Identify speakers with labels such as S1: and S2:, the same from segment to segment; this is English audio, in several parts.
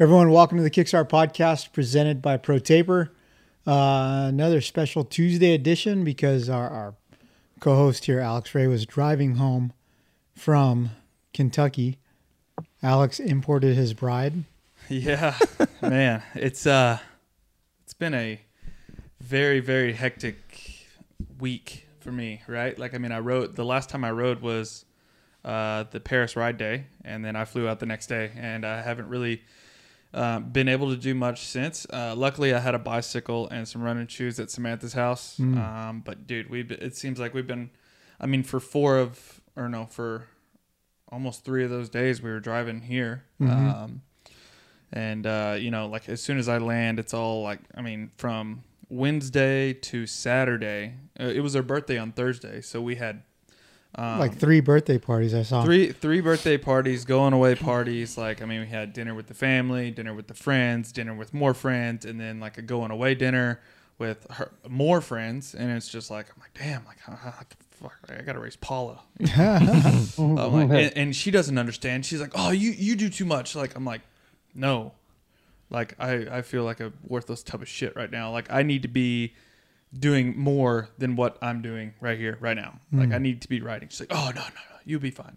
S1: Everyone, welcome to the Kickstart Podcast presented by ProTaper. Uh, another special Tuesday edition because our, our co host here, Alex Ray, was driving home from Kentucky. Alex imported his bride.
S2: Yeah, man, it's uh, it's been a very very hectic week for me, right? Like, I mean, I rode the last time I rode was uh, the Paris ride day, and then I flew out the next day, and I haven't really uh, been able to do much since. Uh, luckily, I had a bicycle and some running shoes at Samantha's house. Um, but dude, we it seems like we've been, I mean, for four of or no for almost three of those days we were driving here. Um, and uh, you know, like as soon as I land, it's all like I mean, from Wednesday to Saturday. Uh, it was her birthday on Thursday, so we had Um,
S1: like three birthday parties I saw.
S2: three three birthday parties, going away parties. Like I mean, we had dinner with the family, dinner with the friends, dinner with more friends, and then like a going away dinner with her, more friends. And it's just like I'm like, damn, like uh, fuck, I gotta raise Paula. I'm like, and, and she doesn't understand. She's like, oh, you you do too much. Like I'm like, no, like I I feel like a worthless tub of shit right now. Like I need to be doing more than what I'm doing right here, right now. Like
S3: Hmm.
S2: I need to be writing. She's like, oh no, no, no, you'll be fine.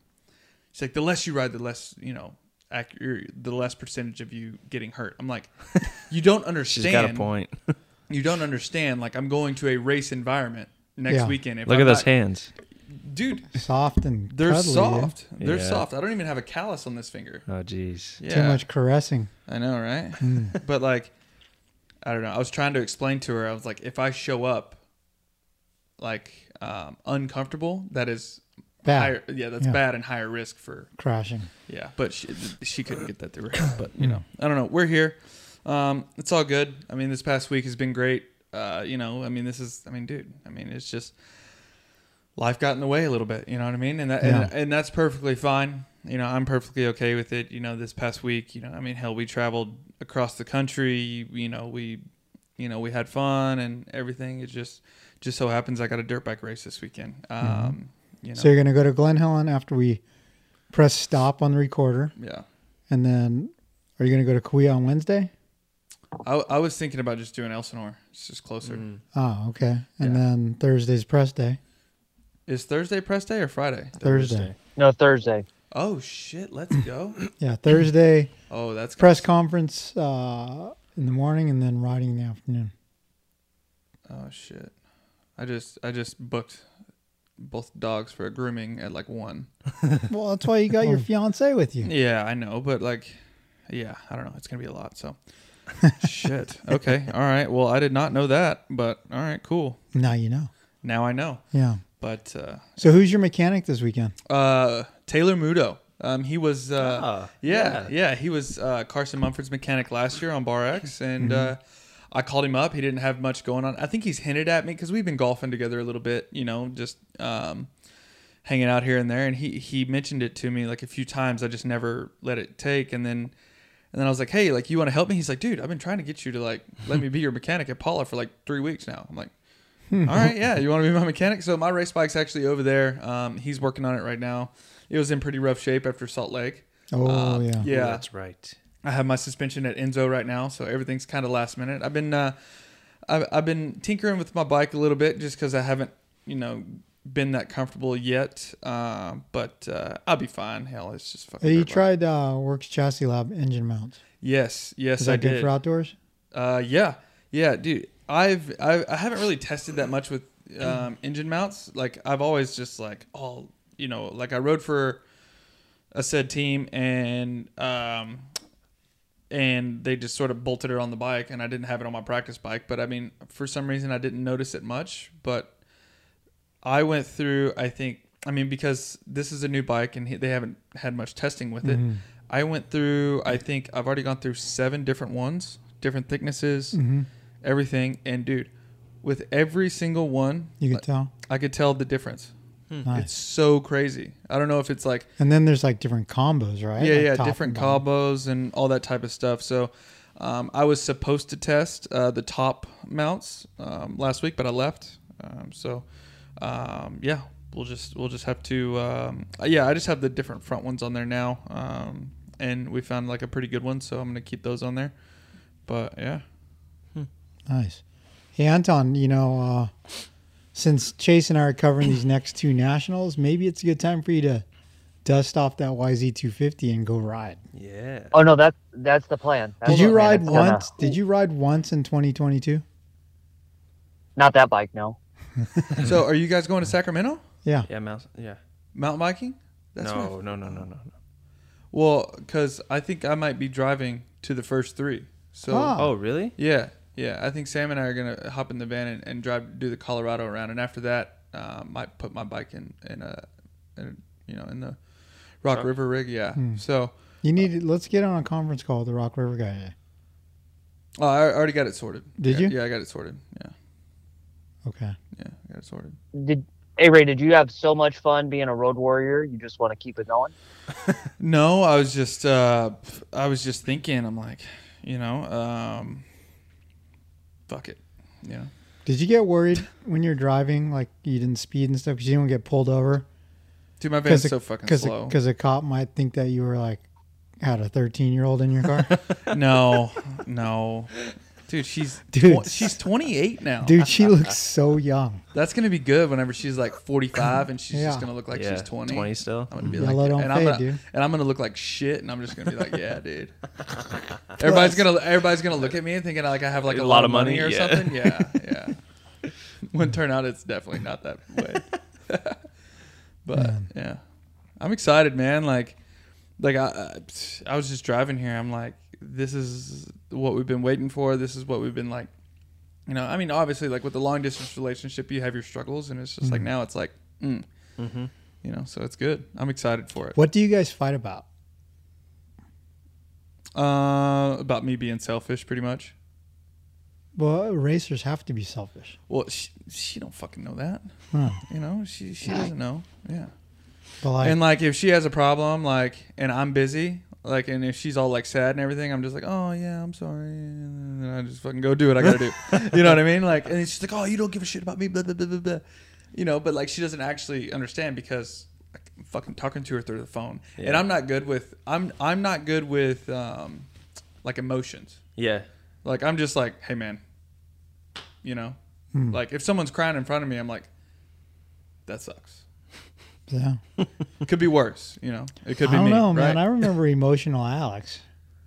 S2: She's like, the less you ride, the less you know, accurate, the less percentage of you getting hurt. I'm like, you don't understand.
S3: She's got a point.
S2: You don't understand. Like I'm going to a race environment next
S1: Yeah.
S2: weekend. If
S3: Look
S2: I'm
S3: at those
S2: not-
S3: hands.
S2: dude.
S1: Soft and
S2: They're
S1: cuddly, dude.
S2: soft. They're
S3: Yeah.
S2: soft. I don't even have a callus on this finger.
S3: Oh, jeez.
S2: Yeah.
S1: Too much caressing.
S2: I know, right?
S1: Hmm.
S2: but like, I don't know. I was trying to explain to her. I was like, if I show up like um, uncomfortable, that is
S1: Bad.
S2: Higher, yeah, that's
S1: Yeah.
S2: bad and higher risk for
S1: Crashing.
S2: yeah. But she she couldn't get that through her. head, But you know, I don't know. We're here. Um, it's all good. I mean, this past week has been great. Uh, you know, I mean, this is. I mean, dude. I mean, it's just life got in the way a little bit. You know what I mean? And that and,
S1: Yeah.
S2: and that's perfectly fine. You know, I'm perfectly okay with it. You know, this past week, you know, I mean, hell, we traveled across the country. You know, we, you know, we had fun and everything. It just just so happens I got a dirt bike race this weekend. Um, you know,
S1: Mm-hmm. So you're going to go to Glen Helen after we press stop on the recorder.
S2: yeah.
S1: And then are you going to go to Kauai on Wednesday?
S2: I, I was thinking about just doing Elsinore. It's just closer.
S1: Oh, okay. And
S2: Yeah.
S1: then Thursday's press day.
S2: Is Thursday press day or Friday?
S1: Thursday.
S4: No, Thursday.
S2: Oh shit, let's go.
S1: Yeah, Thursday
S2: oh, that's
S1: press conference uh, in the morning and then riding in the afternoon.
S2: Oh shit. I just I just booked both dogs for a grooming at like 1.
S1: Well, that's why you got your fiance with you.
S2: Yeah, I know, but like yeah, I don't know. It's going to be a lot, so shit. Okay. All right. Well, I did not know that, but all right, cool.
S1: Now you know.
S2: Now I know.
S1: Yeah.
S2: But uh
S1: So who's your mechanic this weekend?
S2: Uh, Taylor Mudo. Um, he was uh,
S3: Ah,
S2: yeah, yeah, He was uh, Carson Mumford's mechanic last year on Bar X, and uh, I called him up. He didn't have much going on. I think he's hinted at me because we've been golfing together a little bit, you know, just um, hanging out here and there. And he he mentioned it to me like a few times. I just never let it take, and then. And then I was like, "Hey, like, you want to help me?" He's like, "Dude, I've been trying to get you to like let me be your mechanic at Paula for like three weeks now." I'm like, all right, yeah. You want to be my mechanic? So my race bike's actually over there. Um, he's working on it right now. It was in pretty rough shape after Salt Lake.
S1: Oh,
S2: Um,
S1: yeah.
S3: Ooh,
S2: yeah.
S3: That's right.
S2: I have my suspension at Enzo right now, so everything's kind of last minute. I've been uh, I've, I've been tinkering with my bike a little bit just because I haven't you know been that comfortable yet. Uh, but uh, I'll be fine. Hell, it's just fucking.
S1: Hey, you
S2: dirt bike.
S1: tried uh, Works Chassis Lab engine mounts.
S2: Yes, yes,
S1: Is
S2: I
S1: that
S2: did.
S1: good for outdoors?
S2: Uh, yeah, yeah, dude. I've I, I haven't really tested that much with um, engine mounts. Like I've always just like all you know, like I rode for a said team and um and they just sort of bolted it on the bike and I didn't have it on my practice bike. But I mean, for some reason I didn't notice it much. But I went
S1: Mm-hmm.
S2: through I think I mean because this is a new bike and he, they haven't had much testing with it. I went through. I think I've already gone through seven different ones, different thicknesses,
S1: Mm-hmm.
S2: everything. And dude, with every single one,
S1: You can tell.
S2: I could tell the difference.
S1: Nice.
S2: It's so crazy. I don't know if it's like
S1: And then there's like different combos, right?
S2: yeah,
S1: Like
S2: yeah,
S1: top
S2: different
S1: and bottom.
S2: combos and all that type of stuff. So um, I was supposed to test uh, the top mounts um, last week, but I left. Um, so um, yeah, we'll just we'll just have to um, yeah. I just have the different front ones on there now, um, and we found like a pretty good one, so I'm gonna keep those on there. But yeah,
S1: Nice. Hey, Anton, you know, uh, since Chase and I are covering these next two nationals, maybe it's a good time for you to dust off that YZ250 and go ride.
S3: Yeah.
S4: Oh no, that's that's the plan. That's
S1: Did
S4: the
S1: you
S4: plan.
S1: ride
S4: It's gonna-
S1: once? Did you ride once in 2022?
S4: Not that bike, no.
S2: so are you guys going to Sacramento
S1: Yeah.
S3: Yeah, mouse. Yeah.
S2: mountain biking? what I-
S3: no, no, no, no, no.
S2: Well, because I think I might be driving to the first three. So
S1: Ah.
S3: Oh, really?
S2: Yeah, yeah. I think Sam and I are gonna hop in the van and, and drive do the Colorado around, and after that, um, might put my bike in in a, in a you know in the Rock
S3: Truck?
S2: River rig. Yeah.
S1: Hmm.
S2: So
S1: You need. Let's get on a conference call with the Rock River guy.
S2: oh, I already got it sorted.
S1: Did
S2: yeah,
S1: you?
S2: Yeah, I got it sorted. Yeah,
S1: Okay.
S2: yeah, I got it sorted.
S4: Did hey Ray? Did you have so much fun being a road warrior? You just want to keep it going?
S2: No, I was just uh, I was just thinking. I'm like, you know, um, fuck it. You know,
S1: Did you get worried when you're driving, like you didn't speed and stuff, because you didn't get pulled over?
S2: dude, my van's
S1: a-
S2: so fucking
S1: a-
S2: slow.
S1: 'cause a cop might think that you were like had a 13 year old in your car.
S2: no, no, dude, she's
S1: Dude.
S2: tw- she's 28 now.
S1: Dude, she looks so young.
S2: That's gonna be good whenever she's like 45 and she's
S1: Yeah.
S2: just gonna look like she's 20.
S3: 20 still.
S2: I'm gonna be
S1: Yellow
S2: like,
S1: don't
S2: and I'm,
S1: fade,
S2: gonna,
S1: dude.
S2: and I'm gonna look like shit, and I'm just gonna be like, yeah, dude. everybody's gonna everybody's gonna look at me and thinking like I have like a, lot, of money, or
S3: yeah.
S2: something. Yeah, yeah. when turn out, it's definitely not that way. but yeah, I'm excited, man. Like, like I, I I was just driving here. I'm like, this is what we've been waiting for. This is what we've been like. You know, I mean, obviously, like with the long distance relationship, you have your struggles, and it's just like now it's like, mm. you know, so it's good. I'm excited for it.
S1: What do you guys fight about?
S2: Uh, about me being selfish, pretty much.
S1: Well, racers have to be selfish.
S2: Well, she, she don't fucking know that.
S1: Huh.
S2: You know, she she doesn't know. Yeah.
S1: But like,
S2: And like, if she has a problem, like, and I'm busy, like, and if she's all like sad and everything, I'm just like, oh yeah, I'm sorry, and then I just fucking go do what I gotta do. you know what I mean? Like, and she's like, oh, you don't give a shit about me, blah blah blah blah blah. You know, but like, she doesn't actually understand because like, I'm fucking talking to her through the phone, and
S3: Yeah.
S2: I'm not good with I'm I'm not good with um like emotions.
S3: Yeah.
S2: Like I'm just like, hey man, you know, like if someone's crying in front of me, I'm like, that sucks.
S1: yeah.
S2: It could be worse, you know. It could
S1: I
S2: be
S1: don't
S2: me,
S1: know,
S2: right?
S1: man. I remember emotional Alex.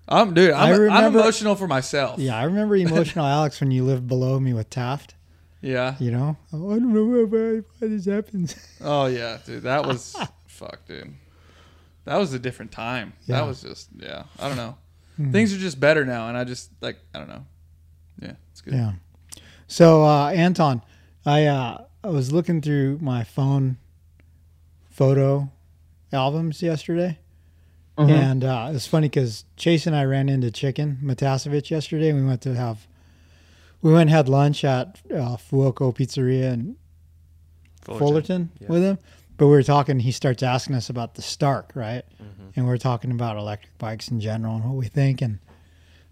S2: I'm dude. I'm,
S1: I
S2: I'm
S1: remember-
S2: emotional for myself.
S1: Yeah, I remember emotional Alex when you lived below me with Taft.
S2: Yeah.
S1: You know, oh, I don't know why, why this happens.
S2: Oh yeah, dude. That was fuck, dude. That was a different time.
S1: Yeah. Hmm.
S2: That was just yeah. I don't know. Things are just better now, and I just like I don't know. Yeah, it's good.
S1: Yeah. So uh, Anton, I uh, I was looking through my phone photo albums yesterday, and uh, it's funny because Chase and I ran into Chicken Matasevich yesterday. We went to have we went and had lunch at uh, Fuoco Pizzeria in Fullerton,
S3: Yeah.
S1: with him. But we were talking. He starts asking us about the Stark, right? And we are talking about electric bikes in general and what we think. And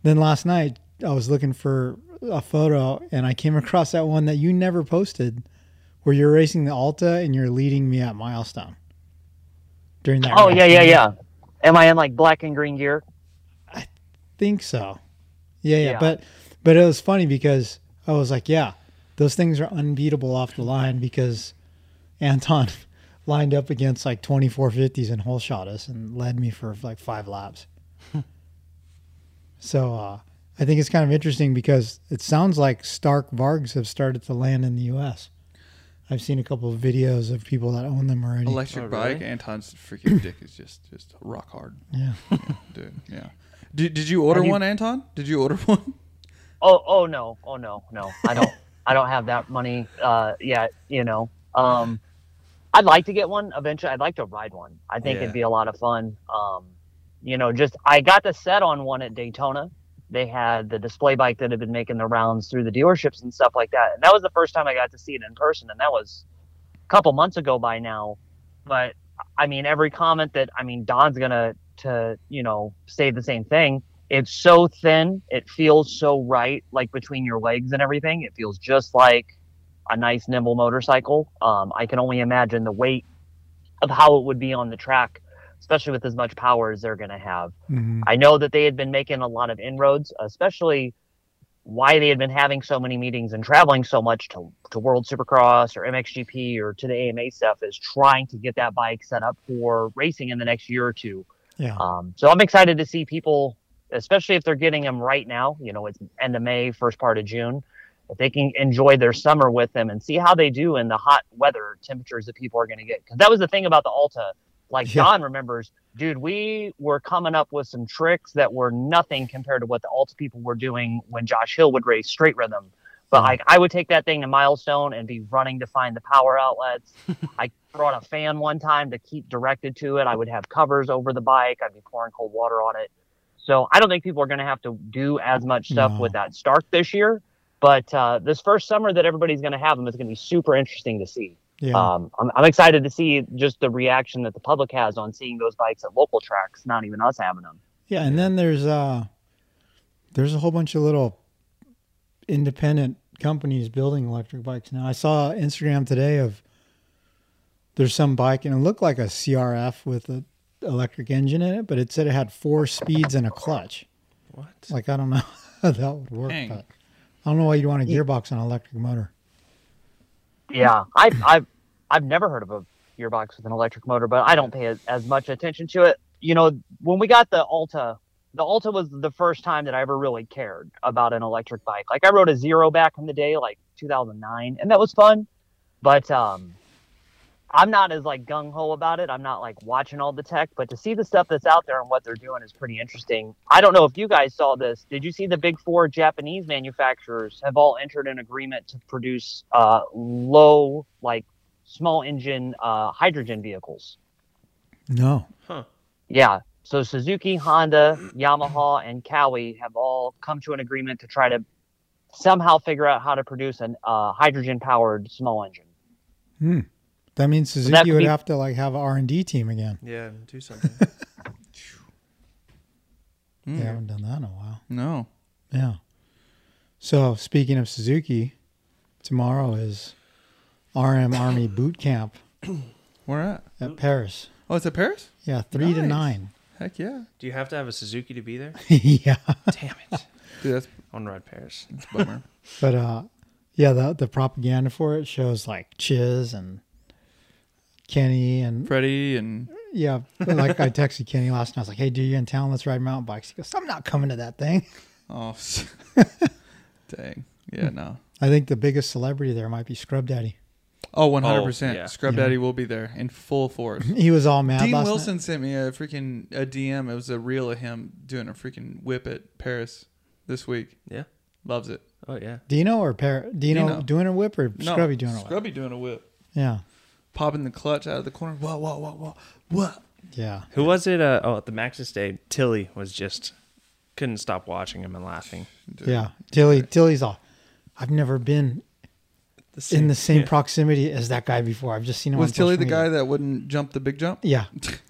S1: then last night, I was looking for a photo, and I came across that one that you never posted, where you're racing the Alta and you're leading me at Milestone during that.
S4: Oh
S1: race.
S4: yeah, yeah, yeah. Am I in like black and green gear?
S1: think so. Yeah, yeah,
S4: Yeah.
S1: But but it was funny because I was like, yeah, those things are unbeatable off the line because Anton lined up against like 2450s and hole shot us and led me for like five laps. so uh, I think it's kind of interesting because it sounds like Stark Vargs have started to land in the U.S. I've seen a couple of videos of people that own them already.
S2: Electric
S3: Oh, really?
S2: bike. Anton's freaking dick is just just rock hard,
S1: yeah.
S2: dude. Yeah. Did, did you order
S4: Have you-
S2: one, Anton? Did you order one?
S4: Oh, oh no, oh no, no. I don't, I don't have that money uh, yet. You know, um, I'd like to get one eventually. I'd like to ride one. I think
S3: Yeah.
S4: it'd be a lot of fun. Um, you know, just I got to set on one at Daytona. They had the display bike that had been making the rounds through the dealerships and stuff like that. And that was the first time I got to see it in person, and that was a couple months ago by now. But I mean, every comment that I mean, Don's gonna to you know say the same thing. It's so thin, it feels so right, like between your legs and everything. It feels just like a nice nimble motorcycle. Um, I can only imagine the weight of how it would be on the track, especially with as much power as they're going to have.
S1: Mhm.
S4: I know that they had been making a lot of inroads, especially why they had been having so many meetings and traveling so much to, to World Supercross or MXGP or to the AMA stuff is trying to get that bike set up for racing in the next year or two.
S1: Yeah.
S4: Um, so I'm excited to see people, especially if they're getting them right now. You know, it's end of May, first part of June. If they can enjoy their summer with them and see how they do in the hot weather temperatures that people are going to get, because that was the thing about the Alta. Like
S1: Yeah.
S4: Don remembers, dude, we were coming up with some tricks that were nothing compared to what the Alta people were doing when Josh Hill would race straight rhythm. But
S1: Mm-hmm.
S4: like I would take that thing to milestone and be running to find the power outlets. I brought a fan one time to keep directed to it. I would have covers over the bike. I'd be pouring cold water on it. So I don't think people are going to have to do as much stuff
S1: No.
S4: with that Stark this year. But uh, this first summer that everybody's going to have them is going to be super interesting to see.
S1: Yeah.
S4: Um, I'm, I'm excited to see just the reaction that the public has on seeing those bikes at local tracks, not even us having them.
S1: Yeah, and then there's uh there's a whole bunch of little independent companies building electric bikes now. I saw Instagram today of there's some bike and it looked like a CRF with an electric engine in it, but it said it had four speeds and a clutch.
S2: What?
S1: Like I don't know how that would work,
S2: Dang.
S1: but I don't know why you'd want a gearbox on an electric motor.
S4: Yeah, I've I've I've never heard of a gearbox with an electric motor, but I don't pay as, as much attention to it. You know, when we got the Alta, the Alta was the first time that I ever really cared about an electric bike. Like I rode a Zero back in the day, like 2009, and that was fun. But um, I'm not as like gung ho about it. I'm not like watching all the tech, but to see the stuff that's out there and what they're doing is pretty interesting. I don't know if you guys saw this. Did you see the big four Japanese manufacturers have all entered an agreement to produce uh, low, like small engine uh, hydrogen vehicles?
S1: No.
S2: Huh.
S4: Yeah. So Suzuki, Honda, Yamaha, and Cowie have all come to an agreement to try to somehow figure out how to produce a uh, hydrogen powered small engine.
S1: That means
S4: that
S1: Suzuki
S4: could
S1: would
S4: be-
S1: have to like have a R&D team again.
S3: Yeah, do something.
S1: They haven't done that in a while.
S2: No.
S1: Yeah. So speaking of Suzuki, tomorrow is RM Army boot camp
S2: Where at?
S1: at Paris.
S2: Oh, it's at Paris?
S1: Yeah, three to
S2: Nice.
S1: nine.
S2: Heck yeah.
S3: do you have to have a Suzuki to be there?
S1: yeah.
S3: Damn it.
S2: Dude, that's,
S3: On Rod Paris.
S2: that's a bummer.
S1: But uh yeah, the the propaganda for it shows like Chiz and Kenny and
S2: Freddie and
S1: yeah, like I texted Kenny last night. I was like, "Hey, dude, you in town? Let's ride mountain bikes." He goes, "I'm not coming to that thing."
S2: oh, s- dang. Yeah, no.
S1: I think the biggest celebrity there might be Scrub Daddy.
S2: Oh, 100%.
S3: yeah.
S2: Scrub
S1: Yeah.
S2: Daddy will be there in full force.
S1: He was all mad
S2: Dean
S1: last
S2: Wilson
S1: night.
S2: sent me a freaking a DM. It was a reel of him doing a freaking whip at Paris this week.
S3: Yeah.
S2: Loves it.
S3: Oh yeah.
S1: Dino or Par- Dino,
S2: Dino.
S1: doing a whip or
S2: No,
S1: Scrubby doing a whip?
S2: Scrubby doing a whip.
S1: Yeah,
S2: Popping the clutch out of the corner. Whoa, whoa, whoa, whoa, whoa.
S1: yeah.
S3: Who was it? Uh, oh, at the Maxis Day, Tilly was just couldn't stop watching him and laughing.
S2: Dude.
S1: Yeah, Tilly. Tilly's all. I've never been in the same proximity as that guy before. I've just seen him.
S2: Was
S1: on social
S2: Tilly the
S1: media.
S2: guy that wouldn't jump the big jump?
S1: Yeah,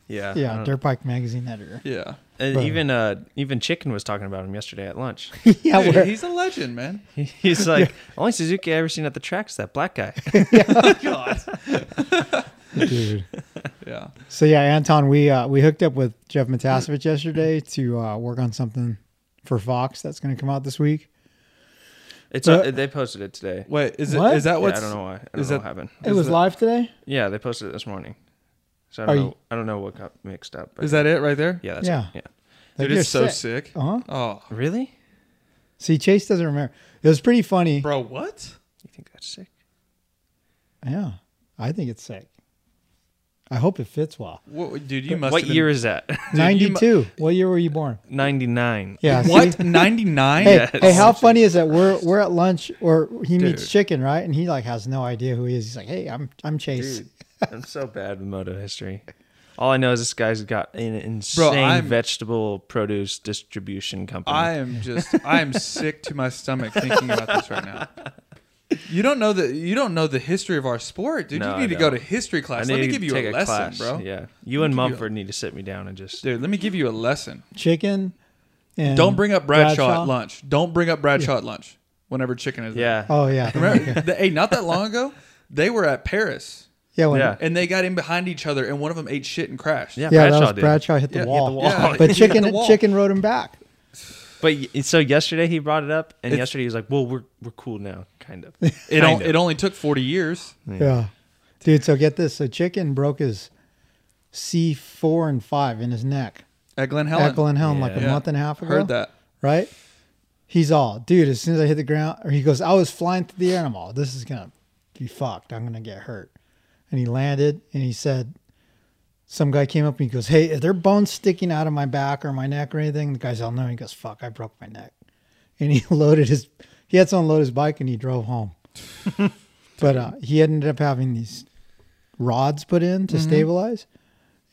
S3: Yeah. I
S1: yeah.
S3: don't-
S1: Dirt bike magazine editor.
S2: Yeah.
S3: And
S1: But-
S3: even uh, even Chicken was talking about him yesterday at lunch.
S1: yeah,
S2: Dude,
S1: where-
S2: he's a legend, man.
S3: He's like, only Suzuki I ever seen at the tracks that black guy.
S2: God.
S1: dude.
S2: Yeah.
S1: So yeah, Anton, we uh, we hooked up with Jeff Matasevich yesterday to uh, work on something for Fox that's going to come out this week.
S3: It's
S1: Uh,
S3: they posted it today.
S2: Wait, is it? Is
S1: What?
S2: that
S3: Yeah,
S2: what's?
S3: I don't know why. I don't
S2: is
S3: know
S2: that-
S3: what happened.
S1: It was
S2: that-
S1: live today.
S3: Yeah, they posted it this morning. So I don't
S1: Are
S3: know.
S1: you-
S3: I don't know what got mixed up. But
S2: Is that it right there?
S3: Yeah, that's
S1: Yeah.
S3: It. yeah.
S1: Like,
S2: Dude,
S1: you're
S2: it's so sick.
S1: Uh-huh.
S2: Oh,
S3: Really?
S1: See, Chase doesn't remember. It was pretty funny.
S2: bro, what?
S3: You think that's sick?
S1: Yeah, I think it's sick. I hope it fits well.
S2: what dude, you must.
S3: what
S2: have been-
S3: year is that?
S2: you mu-
S1: Ninety-two. what year were you born?
S3: Ninety nine.
S1: Yeah. see?
S2: What? Ninety nine.
S1: Hey,
S3: Yes.
S1: hey, how funny is that? We're we're at lunch, or he meets
S2: Dude.
S1: Chicken, right? And he like has no idea who he is. He's like, "Hey, I'm I'm Chase."
S3: Dude, I'm so bad with moto history. All I know is this guy's got an insane
S2: I'm-
S3: vegetable produce distribution company.
S2: I uh, am just I am sick to my stomach thinking about this right now. You don't know the you don't know the history of our sport, dude.
S3: No,
S2: you
S3: I
S2: need to go to
S3: don't.
S2: history
S3: I
S2: class. Let me
S3: need to
S2: give you
S3: take
S2: a lesson,
S3: class.
S2: bro.
S3: Yeah, you and
S2: give you a-
S3: Mumford need to sit me down and just.
S2: Dude, let me give you a lesson.
S1: Mm. Chicken. And
S2: Don't bring up Bradshaw, at lunch. Don't bring up Bradshaw at lunch. Whenever chicken is there.
S3: Yeah,
S1: Oh yeah,
S2: Remember, the- hey, not that long ago, they were at Paris
S1: yeah, when,
S3: Yeah.
S1: yeah,
S2: and they got in behind each other, and one of them ate shit and crashed.
S3: yeah.
S1: That
S3: Bradshaw
S1: was
S3: did.
S1: Bradshaw hit the
S2: Yeah, hit the
S1: wall.
S3: wall. Yeah.
S2: He
S1: But
S2: hit the
S1: chicken,
S2: wall.
S1: chicken rode him back.
S3: But y- so yesterday he brought it up, and
S2: It's-
S3: yesterday he was like, "Well, we're we're cool now, kind of."
S2: It,
S3: Kind
S2: on,
S3: of.
S2: it only took 40 years.
S1: Yeah. dude. So get this. So chicken broke his C four and five in his neck.
S2: At Glen Helen.
S1: At Glen Helm like a
S2: Yeah.
S1: month and a half ago.
S2: Heard that.
S1: right? He's all, dude, as soon as I hit the ground, or he goes, I was flying through the air and I'm all, this is going to be fucked. I'm going to get hurt. And he landed and he said, some guy came up and he goes, Hey, are there bones sticking out of my back or my neck or anything? The guy's all, No. He goes, Fuck, I broke my neck. And he loaded his, he had someone load his bike and he drove home. but uh, he ended up having these rods put in to stabilize.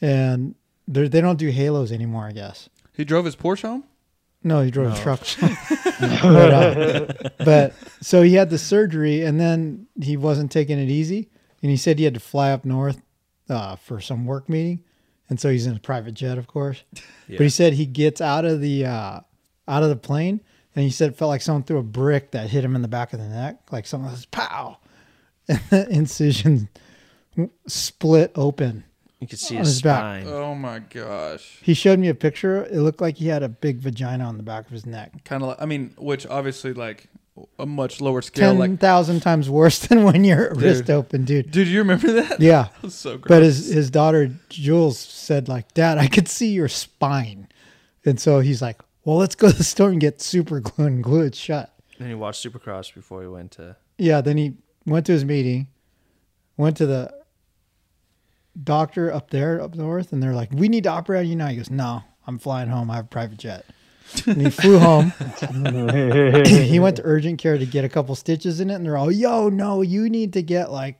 S1: And they're- they don't do halos anymore, I guess.
S2: He drove his Porsche home?
S1: No, he drove a truck. but, uh, but- so he had the surgery, and then he wasn't taking it easy, and he said he had to fly up north uh, for some work meeting, and so he's in a private jet, of course. But he said he gets out of the uh, out of the plane, and he said it felt like someone threw a brick that hit him in the back of the neck, like someone was pow, and the incision split open.
S3: You could see
S1: On
S3: his,
S1: his back.
S3: spine.
S2: Oh my gosh.
S1: He showed me a picture. It looked like he had a big vagina on the back of his neck.
S2: Kind of like, I mean, which obviously, like, a much lower scale.
S1: ten
S2: Like,
S1: thousand times worse than when your wrist open, dude.
S2: dude, you remember that?
S1: Yeah,
S2: That was so gross.
S1: but his his daughter Jules said like, "Dad, I could see your spine," and so he's like, "Well, let's go to the store and get super glue and glue it shut."
S3: Then he watched Supercross before he went to.
S1: Yeah, then he went to his meeting, went to the doctor up there up north, and they're like, "We need to operate on you now." He goes, "No, I'm flying home. I have a private jet." And he flew home. he went to urgent care to get a couple stitches in it, and they're all, "Yo, no, you need to get like,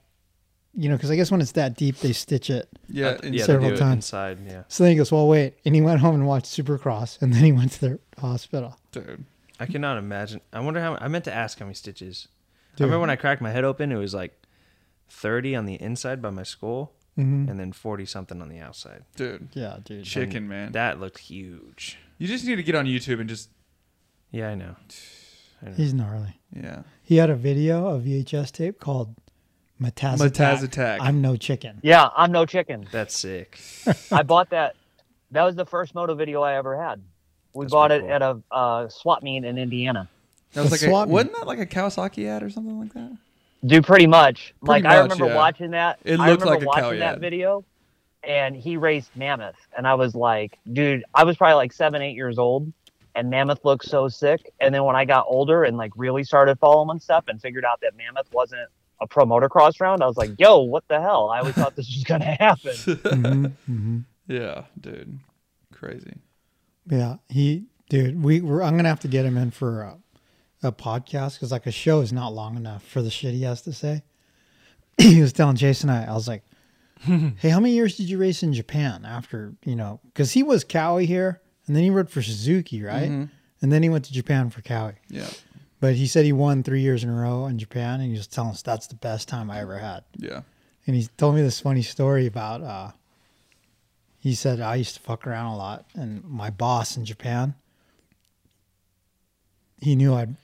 S1: you know, because I guess when it's that deep, they stitch it."
S2: Uh, yeah. and
S3: yeah,
S2: so-
S3: they
S1: several
S3: do it
S1: times.
S3: inside. Yeah,
S1: So then he goes, "Well, wait," and he went home and watched Supercross, and then he went to the hospital.
S2: dude.
S3: I cannot imagine. I wonder how. I meant to ask how many stitches. I remember when I cracked my head open, it was like thirty on the inside by my skull,
S5: Mm-hmm.
S3: and then forty something on the outside.
S2: Dude.
S1: Yeah, dude.
S2: Chicken, man.
S3: That looked huge.
S2: you just need to get on YouTube and just,
S3: Yeah, I know.
S1: He's gnarly.
S2: yeah.
S1: He had a video of VHS tape called Metazattack.
S2: Metazattack.
S1: I'm no chicken.
S4: Yeah, I'm no chicken.
S3: That's sick.
S4: I bought that. That was the first moto video I ever had. We
S3: That's
S4: bought it
S3: pretty
S4: at a uh, swap meet in Indiana.
S2: That was
S1: The
S2: like a,
S1: swap meet.
S2: wasn't that like a Kawasaki ad or something like that?
S4: Dude, pretty much. like
S2: Pretty
S4: I
S2: much,
S4: remember
S2: yeah.
S4: watching that.
S2: It
S4: I
S2: looked
S4: remember
S2: like a cow,
S4: watching
S2: yeah.
S4: that video, and he raced Mammoth, and I was like, dude, I was probably like seven, eight years old, and Mammoth looked so sick. And then when I got older and like really started following stuff and figured out that Mammoth wasn't a pro motocross round, I was like, yo, what the hell? I always thought this was gonna happen.
S2: Yeah, dude. Crazy.
S1: Yeah, he, dude, we we're, I'm gonna have to get him in for a, a podcast because like a show is not long enough for the shit he has to say. he was telling Jason, I, I was like, "Hey, how many years did you race in Japan after you know?" Because he was Cowie here, and then he rode for Suzuki, right? And then he went to Japan for Cowie.
S2: Yeah.
S1: But he said he won three years in a row in Japan, and he was telling us that's the best time I ever had.
S2: Yeah.
S1: and he told me this funny story about uh he said i used to fuck around a lot and my boss in japan he knew i'd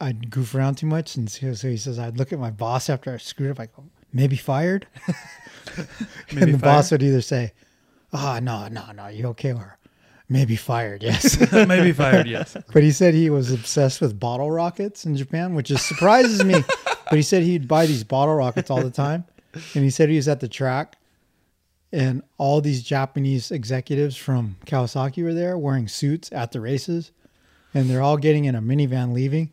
S1: i'd goof around too much and so, so he says i'd look at my boss after i screwed up i go maybe fired and the boss would either say ah no no no you okay or maybe fired yes
S2: Maybe fired, yes.
S1: but he said he was obsessed with bottle rockets in Japan, which just surprises me. But he said he'd buy these bottle rockets all the time. And he said he was at the track and all these Japanese executives from Kawasaki were there wearing suits at the races. And they're all getting in a minivan leaving.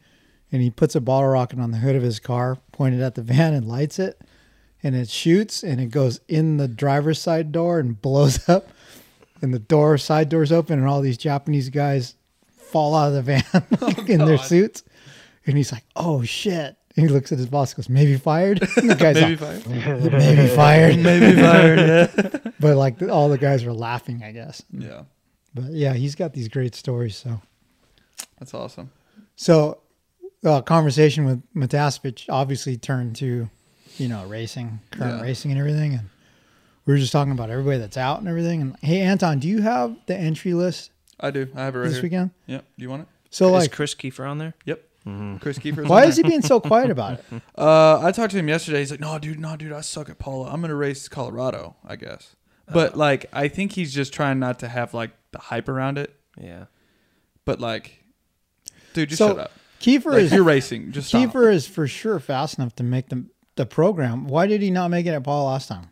S1: And he puts a bottle rocket on the hood of his car, pointed at the van, and lights it. And it shoots and it goes in the driver's side door and blows up. And the door, side doors open, and all these Japanese guys fall out of the van like, in their suits. And he's like, oh shit.
S5: He looks at his boss, goes, "Maybe fired." And the guy's
S2: Maybe
S5: maybe,
S2: five.
S5: like, maybe fired,
S2: Maybe fired. Yeah.
S5: but like all the guys were laughing, I guess.
S2: yeah.
S5: But yeah, he's got these great stories. So,
S2: That's awesome.
S5: so uh, conversation with Mataspich obviously turned to, you know, racing, current
S2: Yeah.
S5: racing, and everything. And we were just talking about everybody that's out and everything. And hey, Anton, do you have the entry list
S2: I do. I have it right
S5: this
S2: here.
S5: weekend?
S2: Yep. Do you want it?
S5: So
S3: Is
S5: like,
S3: Chris Kiefer on there?
S2: Yep. Mm-hmm. Chris Kiefer.
S5: why is he being so quiet about it?
S2: Uh, I talked to him yesterday. He's like, "No, dude, no, dude, I suck at Paula. I'm gonna race Colorado, I guess."
S3: Uh-huh.
S2: But like, I think he's just trying not to have like the hype around it.
S3: Yeah.
S2: But like, dude, just
S5: so
S2: shut up.
S5: Kiefer
S2: Like,
S5: is
S2: you're racing. Just stop.
S5: Kiefer is for sure fast enough to make the the program. Why did he not make it at Paul last time?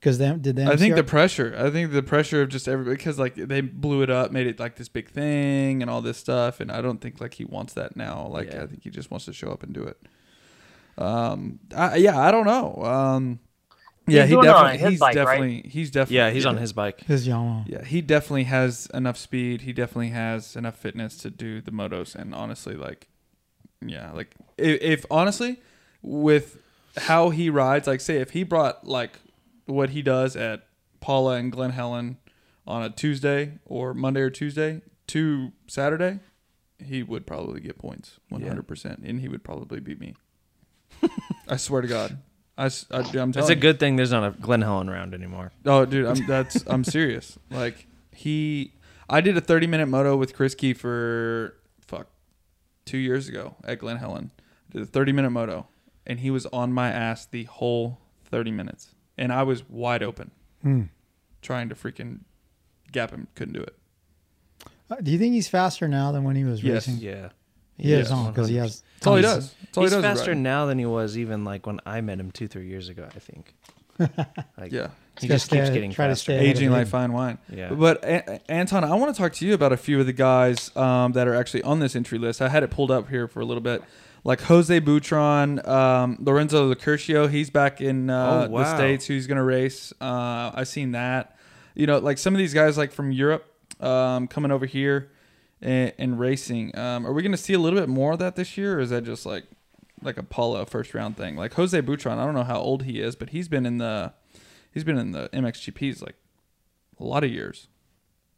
S5: Because they did they.
S2: I think the pressure. I think the pressure of just everybody because like they blew it up, made it like this big thing and all this stuff, and I don't think like he wants that now. Like
S3: Yeah.
S2: I think he just wants to show up and do it. Um, I, yeah, I don't know. Um, yeah, he
S4: doing it on
S2: definitely,
S4: his
S2: he's
S4: bike, right?
S2: definitely, he's definitely,
S3: Yeah, he's on his bike.
S5: his Yamaha.
S2: Yeah, he definitely has enough speed. He definitely has enough fitness to do the motos. And honestly, like, yeah, like if, if honestly, with how he rides, like, say if he brought like what he does at Paula and Glen Helen on a Tuesday or Monday or Tuesday to Saturday, he would probably get points 100%. And he would probably beat me. I swear to God. I, s- I, am telling
S3: It's a
S2: you.
S3: good thing there's not a Glen Helen round anymore.
S2: Oh, dude, I'm that's I'm serious. Like he, I did a 30 minute moto with Chris Kiefer, fuck, two years ago at Glen Helen. Did a 30 minute moto, and he was on my ass the whole 30 minutes, and I was wide open,
S3: Hmm.
S2: trying to freaking gap him, couldn't do it.
S5: Uh, Do you think he's faster now than when he was
S2: Yes.
S5: racing?
S3: Yeah.
S5: He
S2: Yes.
S5: is on because he has.
S2: That's all he
S5: tons-
S2: does. That's all
S3: he's
S2: he does. is
S3: faster
S2: ride.
S3: now than he was even like when I met him two, three years ago, I think.
S2: Yeah.
S3: Like,
S5: He's
S3: He
S5: gotta
S3: just keeps
S5: stay-
S3: getting
S5: try to
S3: faster.
S5: stay-
S2: aging
S5: Yeah.
S2: like fine wine.
S3: Yeah.
S2: But a- Anton, I want to talk to you about a few of the guys um, that are actually on this entry list. I had it pulled up here for a little bit, like Jose Butron, um, Lorenzo Lucurcio. He's back in uh,
S3: Oh, wow.
S2: the states. Who's going to race? Uh, I've seen that. You know, like some of these guys, like from Europe, um, coming over here and, and racing. Um, are we going to see a little bit more of that this year, or is that just like like a Paulo first round thing? Like Jose Butron, I don't know how old he is, but he's been in the he's been in the MXGPs like a lot of years.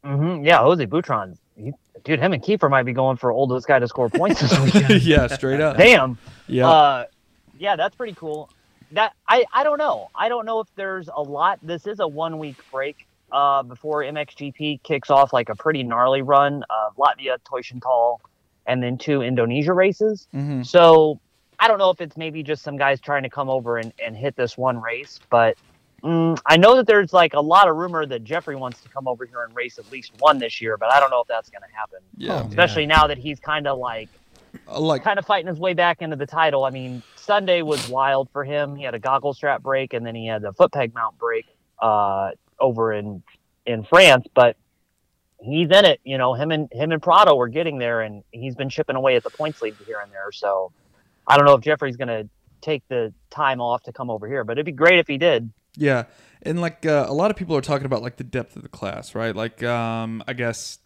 S4: hmm Yeah, Jose Butron. He, dude, him and Kiefer might be going for oldest guy to score points this weekend.
S2: yeah, straight up.
S4: Damn.
S2: Yeah.
S4: Uh, yeah, that's pretty cool. That I, I don't know. I don't know if there's a lot. This is a one week break uh, before MXGP kicks off like a pretty gnarly run of Latvia, Toishental, and then two Indonesia races.
S2: hmm
S4: So I don't know if it's maybe just some guys trying to come over and, and hit this one race, but mm, I know that there's like a lot of rumor that Jeffrey wants to come over here and race at least one this year, but I don't know if that's going to happen.
S2: Yeah.
S4: Especially now that he's kind of like
S2: Uh, Like
S4: kind of fighting his way back into the title. I mean, Sunday was wild for him. He had a goggle strap break and then he had a foot peg mount break uh, over in in France, but he's in it. You know, him and him and Prado were getting there, and he's been chipping away at the points lead here and there. So I don't know if Jeffrey's going to take the time off to come over here, but it'd be great if he did.
S2: Yeah, and like uh, a lot of people are talking about like the depth of the class, right? Like, um, I guess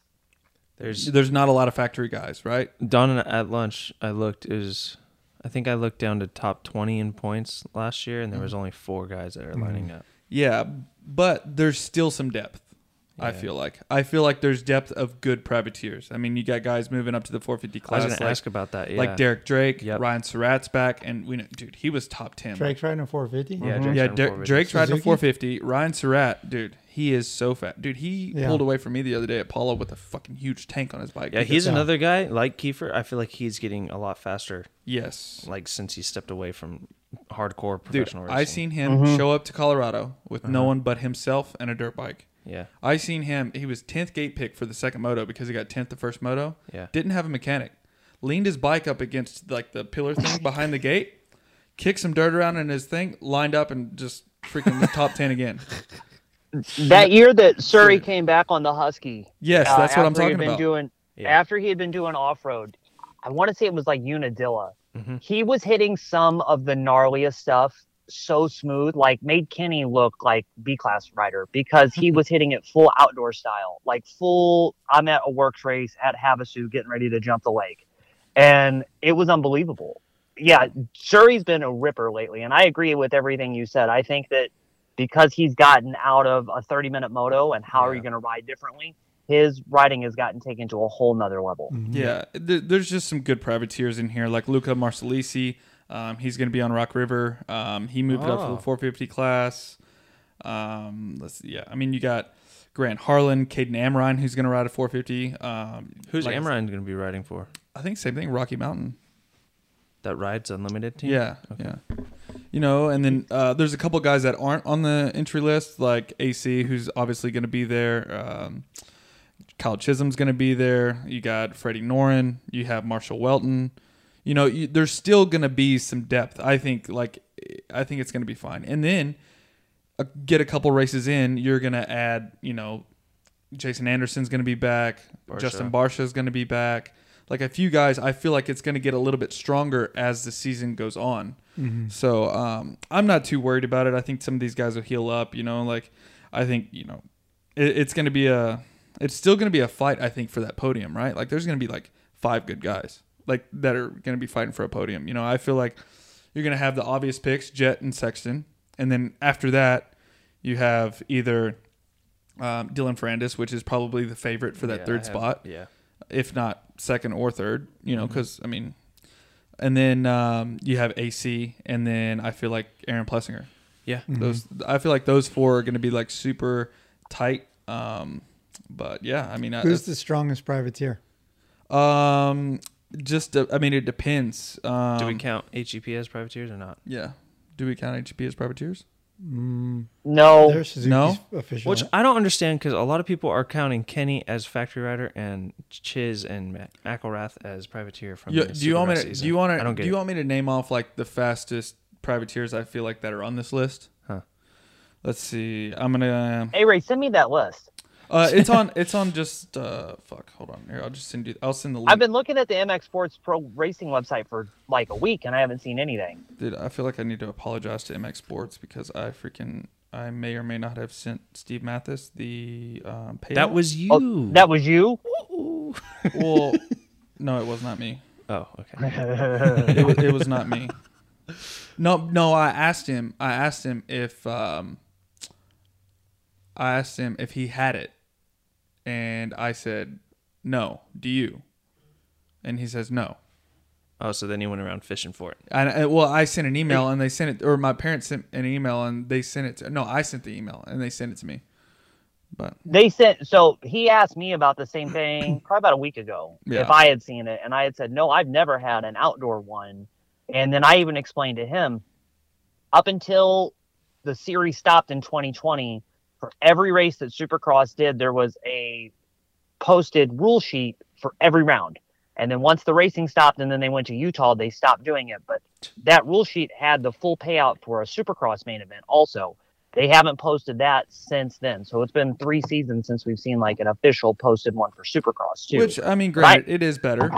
S3: There's
S2: there's not a lot of factory guys, right?
S3: Don and at lunch I looked is I think I looked down to top 20 in points last year and there
S2: Mm-hmm.
S3: was only four guys that are lining up.
S2: Yeah, but there's still some depth. I feel like I feel like there's depth of good privateers. I mean, you got guys moving up to the 450
S3: I
S2: class,
S3: was going to
S2: like,
S3: ask about that. Yeah.
S2: like Derek Drake,
S3: Yep.
S2: Ryan Surratt's back, and we know, dude, he was top ten.
S5: Drake's riding a 450.
S3: Yeah,
S2: Mm-hmm. Yeah,
S3: Drake's
S2: Drake,
S3: riding
S2: Drake's riding a
S5: Suzuki?
S2: 450. Ryan Surratt, dude, he is so fat. Dude, he
S5: Yeah.
S2: pulled away from me the other day at Paula with a fucking huge tank on his bike.
S3: Yeah, he's
S5: Yeah.
S3: another guy like Kiefer. I feel like he's getting a lot faster,
S2: yes,
S3: like since he stepped away from hardcore
S2: dude.
S3: professional racing.
S2: I seen him
S5: Mm-hmm.
S2: show up to Colorado with
S3: Uh-huh.
S2: no one but himself and a dirt bike.
S3: Yeah,
S2: I seen him. He was tenth gate pick for the second moto because he got tenth the first moto.
S3: Yeah.
S2: Didn't have a mechanic. Leaned his bike up against like the pillar thing behind the gate. Kicked some dirt around in his thing. Lined up and just freaking was top ten again.
S4: That year that Surrey came back on the Husky.
S2: Yes,
S4: uh,
S2: that's what I'm
S4: after he
S2: talking
S4: had been
S2: about.
S4: Doing,
S3: Yeah.
S4: After he had been doing off road, I want to say it was like Unadilla.
S2: Mm-hmm.
S4: He was hitting some of the gnarliest stuff so smooth, like made Kenny look like B class rider because
S2: Mm-hmm.
S4: he was hitting it full outdoor style, like full. I'm at a works race at Havasu, getting ready to jump the lake, and it was unbelievable. yeah, Shuri's been a ripper lately, and I agree with everything you said. I think that because he's gotten out of a 30 minute moto and how are you
S2: Yeah.
S4: going to ride differently, his riding has gotten taken to a whole nother level.
S2: Yeah, th- there's just some good privateers in here, like Luca Marcellisi. Um, he's going to be on Rock River. Um, he moved up to
S3: Oh.
S2: the 450 class. Um, let's see, yeah, I mean you got Grant Harlan, Caden Amrine, who's going to ride a 450. Um,
S3: Who's
S2: like-
S3: Amrine going to be riding for?
S2: I think same thing, Rocky Mountain.
S3: That rides unlimited team.
S2: Yeah, yeah. You know, and then uh, there's a couple guys that aren't on the entry list, like AC, who's obviously going to be there. Um, Kyle Chisholm's going to be there. You got Freddie Norin. You have Marshall Welton. You know, you, there's still going to be some depth. I think, like, I think it's going to be fine. And then uh, get a couple races in, you're going to add, you know, Jason Anderson's going to be back. Justin Barsha's going to be back. Like a few guys, I feel like it's going to get a little bit stronger as the season goes on. So um, I'm not too worried about it. I think some of these guys will heal up. You know, like I think you know, it, it's going to be a, it's still going to be a fight. I think for that podium, right? Like there's going to be like five good guys like that are going to be fighting for a podium. You know, I feel like you're going to have the obvious picks, Jet and Sexton, and then after that, you have either um, Dylan Ferrandis, which is probably the favorite for that
S3: Yeah, I
S2: third
S3: have-
S2: spot,
S3: Yeah. Mm-hmm.
S2: if not second or third, you know, because I mean, and then um, you have AC, and then I feel like Aaron Plessinger.
S3: Yeah.
S2: Those I feel like those four are going to be like super tight. Um, but yeah, I
S4: Uh,
S2: mean, I,
S5: Who's the strongest privateer?
S2: um, just uh, I mean, it depends. Um,
S3: Do we count HEP as privateers or not?
S2: Yeah. Do we count HP as privateers?
S4: Oh, No,
S5: There's Suzuki's
S2: No.
S5: official.
S3: Which I don't understand because a lot of people are counting Kenny as factory rider and Chiz and Mac- McElrath as privateer from.
S2: Yeah,
S3: the
S2: do you want me
S3: Superbike
S2: to?
S3: season.
S2: Do you want
S3: I
S2: to?
S3: don't get
S2: Do you
S3: it.
S2: want me to name off like the fastest privateers? I feel like that are on this list.
S3: Huh.
S2: Let's see. I'm gonna.
S4: hey Ray, send me that list.
S2: Uh, it's on. It's on. Just uh, fuck. Hold on. Here, I'll just send you. I'll send the link.
S4: I've been looking at the MX Sports Pro Racing website for like a week and I haven't seen anything.
S2: Dude, I feel like I need to apologize to MX Sports because I freaking I may or may not have sent Steve Mathis the um, payout.
S3: That was you.
S4: Oh, that was you?
S2: well. No, it was not me.
S3: Oh, okay.
S2: it was, it was not me. No, no. I asked him. I asked him if um, I asked him if he had it, and I said, "No." Do you? And he says, "No."
S3: Oh, so then he went around fishing for it.
S2: And I, well, I sent an email, and they sent it, or my parents sent an email, and they sent it. To, no, I sent the email, and they sent it to me. But
S4: They sent so he asked me about the same thing probably about a week ago
S2: Yeah.
S4: if I had seen it and I had said no I've never had an outdoor one and then I even explained to him up until the series stopped in 2020 for every race that Supercross did there was a posted rule sheet for every round and then once the racing stopped and then they went to Utah they stopped doing it but that rule sheet had the full payout for a Supercross main event also they haven't posted that since then. So it's been three seasons since we've seen like an official posted one for Supercross too.
S2: which I mean, granted, it is better.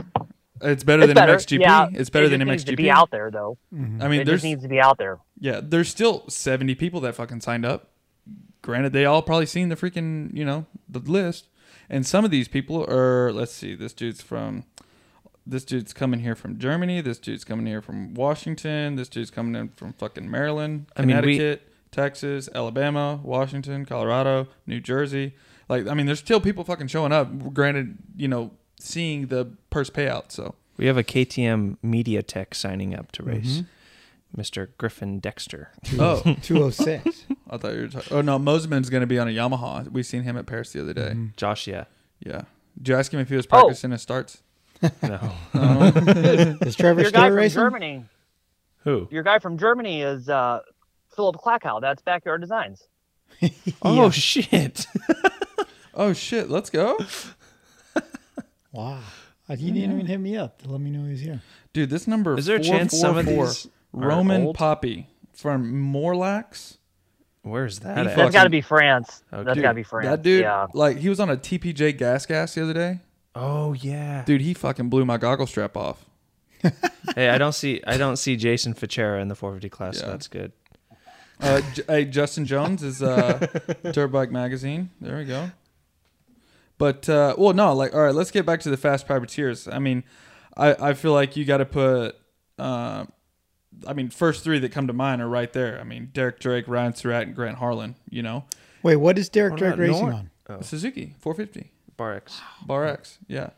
S2: It's better than MXGP. It's better
S4: it
S2: than
S4: just needs To be
S2: MXGP.
S4: out there though.
S2: I mean,
S4: it
S2: Mm-hmm. there's
S4: just needs to be out there.
S2: Yeah, there's still 70 people that fucking signed up. Granted, they all probably seen the freaking, you know, the list. And some of these people are, let's see, this dude's from, this dude's coming here from Germany. This dude's coming here from Washington. This dude's coming in from fucking Maryland,
S3: I mean, we-
S2: Connecticut, Texas, Alabama, Washington, Colorado, New Jersey. Like, I mean, there's still people fucking showing up. Granted, you know, seeing the purse payout. So,
S3: We have a KTM Media Tech signing up to race.
S2: Mm-hmm.
S3: Mr. Griffin Dexter.
S2: oh,
S5: 206.
S2: I thought you were talking. Oh, no, Moseman's going to be on a Yamaha. We seen him at Paris the other day.
S3: Josh, yeah.
S2: Yeah. Did you ask him if he was
S4: Oh.
S2: practicing his starts?
S3: No.
S5: Is Trevor
S4: Your guy
S5: Stewart
S4: from
S5: racing?
S4: Germany.
S3: Who?
S4: Your guy from Germany is uh, Philip Klackow. That's Backyard Designs.
S3: Oh, shit.
S2: Oh shit, let's go.
S5: Wow. Uh, He didn't even hit me up to let me know he's here.
S2: Dude, this number
S3: Is there a chance some of
S2: 444,
S3: these are
S2: Roman
S3: old?
S2: Poppy from Morlax?
S3: Where is that
S2: He
S3: at?
S2: fuck-
S4: That's got to be France. That's
S3: Okay.
S4: got to be France.
S2: That dude,
S4: Yeah.
S2: like he was on a TPJ gas gas the other day.
S3: Oh, yeah.
S2: Dude, he fucking blew my goggle strap off.
S3: Hey, I don't see I don't see Jason Fichera in the 450 class, so
S2: Yeah.
S3: that's good.
S2: Uh, J- hey, Justin Jones is uh, Dirt Bike Magazine. There we go. But uh, well, no, like all right, let's get back to the fast privateers. I mean, I, I feel like you got to put uh, I mean, first three that come to mind are right there. I mean, Derek Drake, Ryan Surratt, and Grant Harlan. You know,
S5: Wait, what is Derek
S3: What
S5: Drake
S3: about
S5: racing
S3: Nor-
S5: on?
S3: Oh,
S2: Suzuki 450.
S3: Bar X.
S2: Bar X, yeah.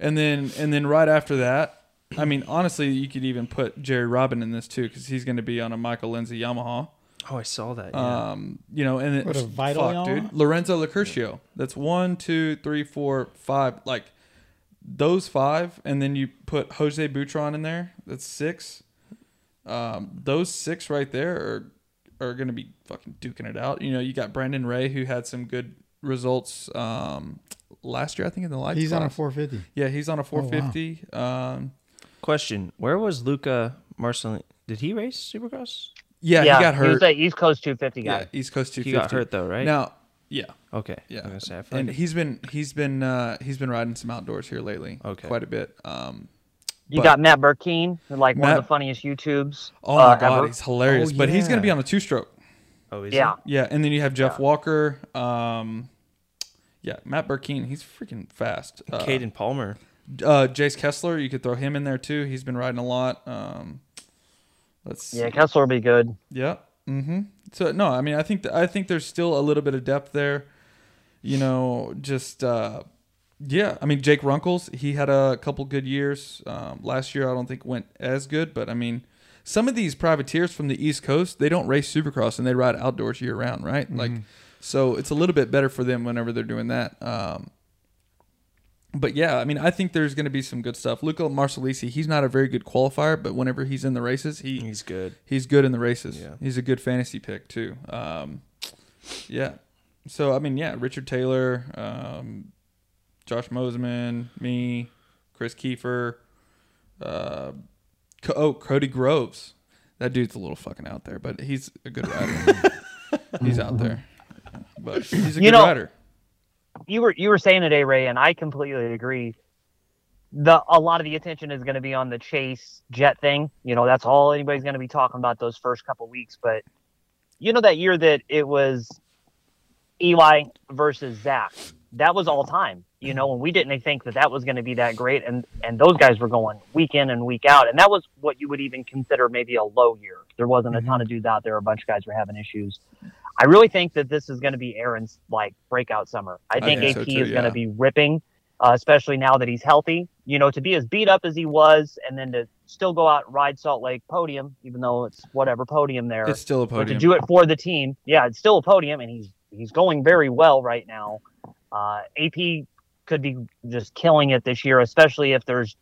S2: And then and then right after that, I mean, honestly, you could even put Jerry Robin in this too because he's going to be on a Michael Lindsay Yamaha.
S3: Oh, I saw that. Yeah.
S2: Um, you know, and
S5: What
S2: it's
S5: a vital
S2: fuck, dude.
S5: Yamaha.
S2: Lorenzo Lacurcio. That's one, two, three, four, five. Like those five, and then you put Jose Butron in there. That's six. Um, those six right there are are going to be fucking duking it out. You know, you got Brandon Ray who had some good results um, last year, I think, in the live.
S5: He's on a Oh,
S2: class.
S5: 450.
S2: Yeah, he's on a 450. um,
S3: Question: Where was Luca Marcelin? Did he race Supercross?
S2: yeah,
S4: yeah,
S2: he got hurt.
S4: was that East Coast 250 guy.
S2: yeah, East Coast 250.
S3: He got hurt though, right?
S2: Now, yeah,
S3: Okay.
S2: yeah.
S3: I was gonna say, I feel
S2: and
S3: like-
S2: he's been he's been uh, he's been riding some outdoors here lately.
S3: Okay.
S2: quite a bit. Um,
S4: You
S2: but-
S4: got Matt Burkeen, like one
S2: Matt-
S4: of the funniest YouTubes.
S2: oh
S4: uh,
S2: my god,
S4: ever.
S2: he's hilarious.
S3: Oh,
S2: But he's gonna
S3: yeah.
S2: be on a two stroke.
S3: oh, is he?
S4: Yeah.
S2: Yeah, and then you have Jeff Walker. Um, yeah, Matt Burkeen, he's freaking fast. Uh,
S3: Caden Palmer.
S2: uh, Jace Kessler, you could throw him in there too. He's been riding a lot. Um, let's see.
S4: Yeah, Kessler will be good.
S2: Yeah. Mm-hmm. So no, I mean, I think I think there's still a little bit of depth there. You know, just uh, yeah. I mean, Jake Runkles, he had a couple good years um, last year. I don't think went as good, but I mean, some of these privateers from the East Coast, they don't race Supercross and they ride outdoors year round, right? Like,
S3: Mm-hmm.
S2: so it's a little bit better for them whenever they're doing that. Um, but yeah, I mean, I think there's going to be some good stuff. Luca Marcellisi, he's not a very good qualifier, but whenever he's in the races, he
S3: He's good.
S2: He's good in the races.
S3: Yeah.
S2: He's a good fantasy pick too. Um, yeah. So I mean, yeah, Richard Taylor, um, Josh Moseman, me, Chris Kiefer, uh, Co- oh Cody Groves. That dude's a little fucking out there, but he's a good rider. he's out there, but he's a
S4: You
S2: good
S4: know-
S2: rider.
S4: You were you were saying today, Ray, and I completely agree. The a lot of the attention is going to be on the chase jet thing. You know, that's all anybody's going to be talking about those first couple weeks. But you know that year that it was Eli versus Zach, that was all time. You know, and we didn't think that that was going to be that great, and and those guys were going week in and week out, and that was what you would even consider maybe a low year. There wasn't a
S2: Mm-hmm.
S4: ton of dudes out there. A bunch of guys were having issues. I really think that this is going to be Aaron's like breakout summer. I think
S2: think
S4: AP
S2: so too,
S4: is going
S2: Oh, yeah.
S4: to be ripping, uh, especially now that he's healthy. You know, to be as beat up as he was, and then to still go out and ride Salt Lake podium, even though it's whatever podium there
S2: It's still a
S4: but to
S2: podium.
S4: do it for the team, yeah, it's still a podium, and he's he's going very well right now. Uh, AP could be just killing it this year, especially if there's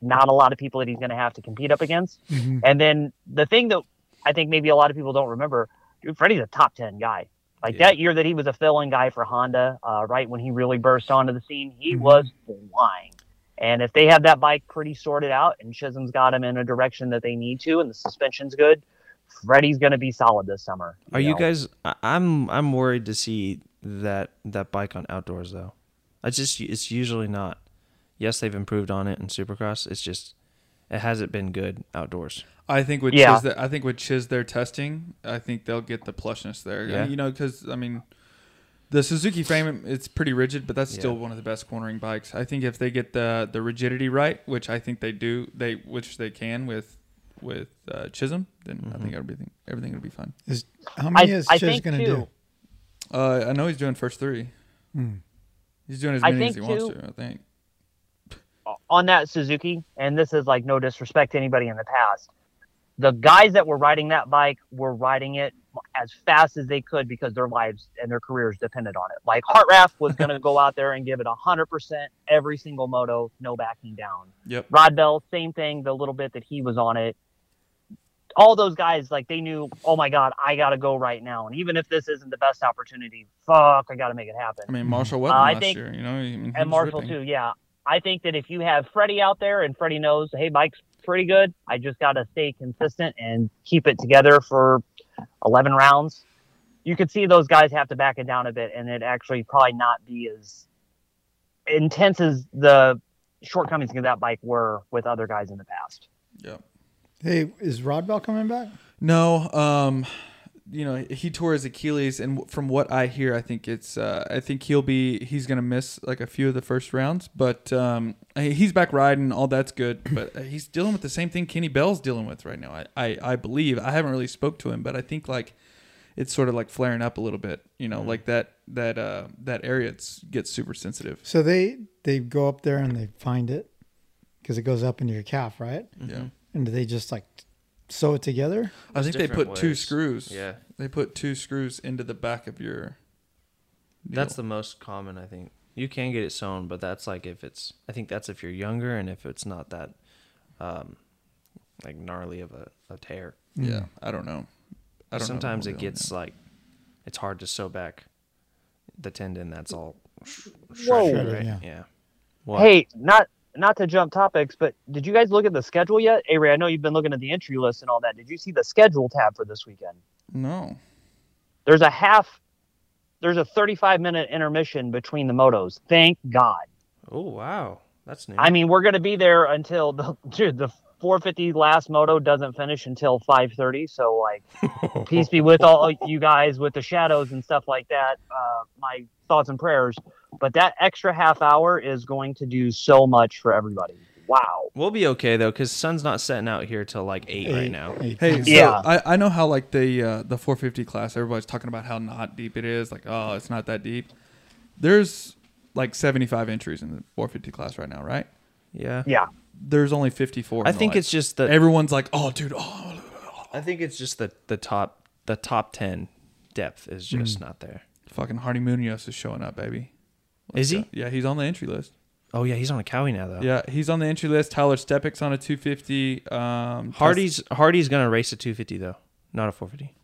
S4: not a lot of people that he's going to have to compete up against.
S2: Mm-hmm.
S5: Mhm.
S4: And then the thing that I think maybe a lot of people don't remember, dude, Freddie's a top ten guy. Like
S3: Yeah.
S4: that year that he was a fill-in guy for Honda, uh, right when he really burst onto the scene, he
S3: Mm-hmm.
S4: was flying. And if they have that bike pretty sorted out, and Chisholm's got him in a direction that they need to, and the suspension's good, Freddie's going to be solid this summer.
S3: Are you
S4: know?
S3: guys? I- I'm I'm worried to see that that bike on outdoors though. I just it's usually not. Yes, they've improved on it in Supercross. It's just it hasn't been good outdoors.
S2: I think with
S4: Yeah.
S2: Chiz, I think with Chiz they're testing, I think they'll get the plushness there.
S3: Yeah.
S2: You know, because I mean, the Suzuki frame it's pretty rigid, but that's still one of the best cornering bikes. I think if they get the the rigidity right, which I think they do, they which they can with with uh, Chisholm, then I
S4: Mm-hmm.
S2: think everything everything will be fine.
S5: Is, how
S4: I,
S5: many is
S4: I
S5: Chiz
S4: think
S5: going to
S4: too.
S5: do?
S2: Uh, I know he's doing first three. He's doing as
S4: I
S2: many as he
S4: think
S2: wants
S4: too-
S2: to. I think.
S4: on that Suzuki, and this is like no disrespect to anybody in the past, the guys that were riding that bike were riding it as fast as they could because their lives and their careers depended on it. Like Hartraff was going to go out there and give it 100% every single moto, no backing down.
S2: Yep.
S4: Rod Bell, same thing, the little bit that he was on it. All those guys, like they knew, oh my God, I got to go right now. And even if this isn't the best opportunity, fuck, I got to make it happen
S2: I mean, Marshall Wetton
S4: Uh, I
S2: last
S4: think-
S2: year. You know, I mean, he was
S4: and Marshall
S2: ripping.
S4: too. Yeah, I think that if you have Freddie out there and Freddie knows, hey, Mike's pretty good. I just got to stay consistent and keep it together for eleven rounds. You could see those guys have to back it down a bit, and it actually probably not be as intense as the shortcomings of that bike were with other guys in the past.
S2: Yep.
S5: Hey, is Rodbell coming back?
S2: No, um, you know he tore his Achilles, and from what I hear, I think it's uh, I think he'll be he's gonna miss like a few of the first rounds, but um, hey, he's back riding, all that's good. But uh, he's dealing with the same thing Kenny Bell's dealing with right now. I, I I believe I haven't really spoke to him, but I think like it's sort of like flaring up a little bit. You
S3: Mm.
S2: know, like that that uh, that area it's, gets super sensitive.
S5: So they they go up there and they find it because it goes up into your calf, right?
S4: Mm.
S2: Yeah,
S5: And do they just like sew it together?
S2: I
S3: Mm-hmm. There's
S2: think they put
S3: different
S2: two
S3: ways.
S2: screws.
S3: Yeah.
S2: they put two screws into the back of your.
S3: That's the most common, I think. You can get it sewn, but that's like if it's. I think that's if you're younger and if it's not that, um, like gnarly of a, a tear.
S2: yeah. I don't know. I don't know
S3: Mm. Sometimes
S2: what
S3: it
S2: we're doing
S3: gets like, it's hard to sew back the tendon. That's all. sh-
S4: Whoa.
S3: shredded, right?
S5: Yeah.
S3: Yeah. What?
S4: Hey, not not to jump topics, but did you guys look at the schedule yet? Avery, I know you've been looking at the entry list and all that. Did you see the schedule tab for this weekend?
S2: now. No.
S4: There's a half there's a 35 minute intermission between the motos. Thank God.
S3: Oh wow, that's new.
S4: I mean, we're going to be there until the dude, the 450 last moto doesn't finish until 5:30. So like, peace be with all you guys with the shadows and stuff like that. Uh, my thoughts and prayers. But that extra half hour is going to do so much for everybody. Wow.
S3: We'll be okay though, because sun's not setting out here till like eight, right now.
S5: Eight.
S2: Hey, so
S4: Yeah.
S2: I, I know how like the uh, the 450 class, everybody's talking about how not deep it is. Like, oh, it's not that deep. There's like 75 entries in the 450 class right now, right?
S3: Yeah.
S4: Yeah.
S2: There's only 54.
S3: I
S2: in the
S3: think
S2: light.
S3: it's just the.
S2: everyone's like, oh, dude, oh,
S3: I think it's just the the top the top ten depth is just not there.
S2: fucking Hardy Munoz is showing up, baby.
S3: Is he?
S2: Yeah, he's on the entry list.
S3: Oh yeah, he's on a cowie now though.
S2: Yeah, he's on the entry list. Tyler Stepik's on a 250. Um,
S3: Hardy's Hardy's gonna race a 250 though, not a 450.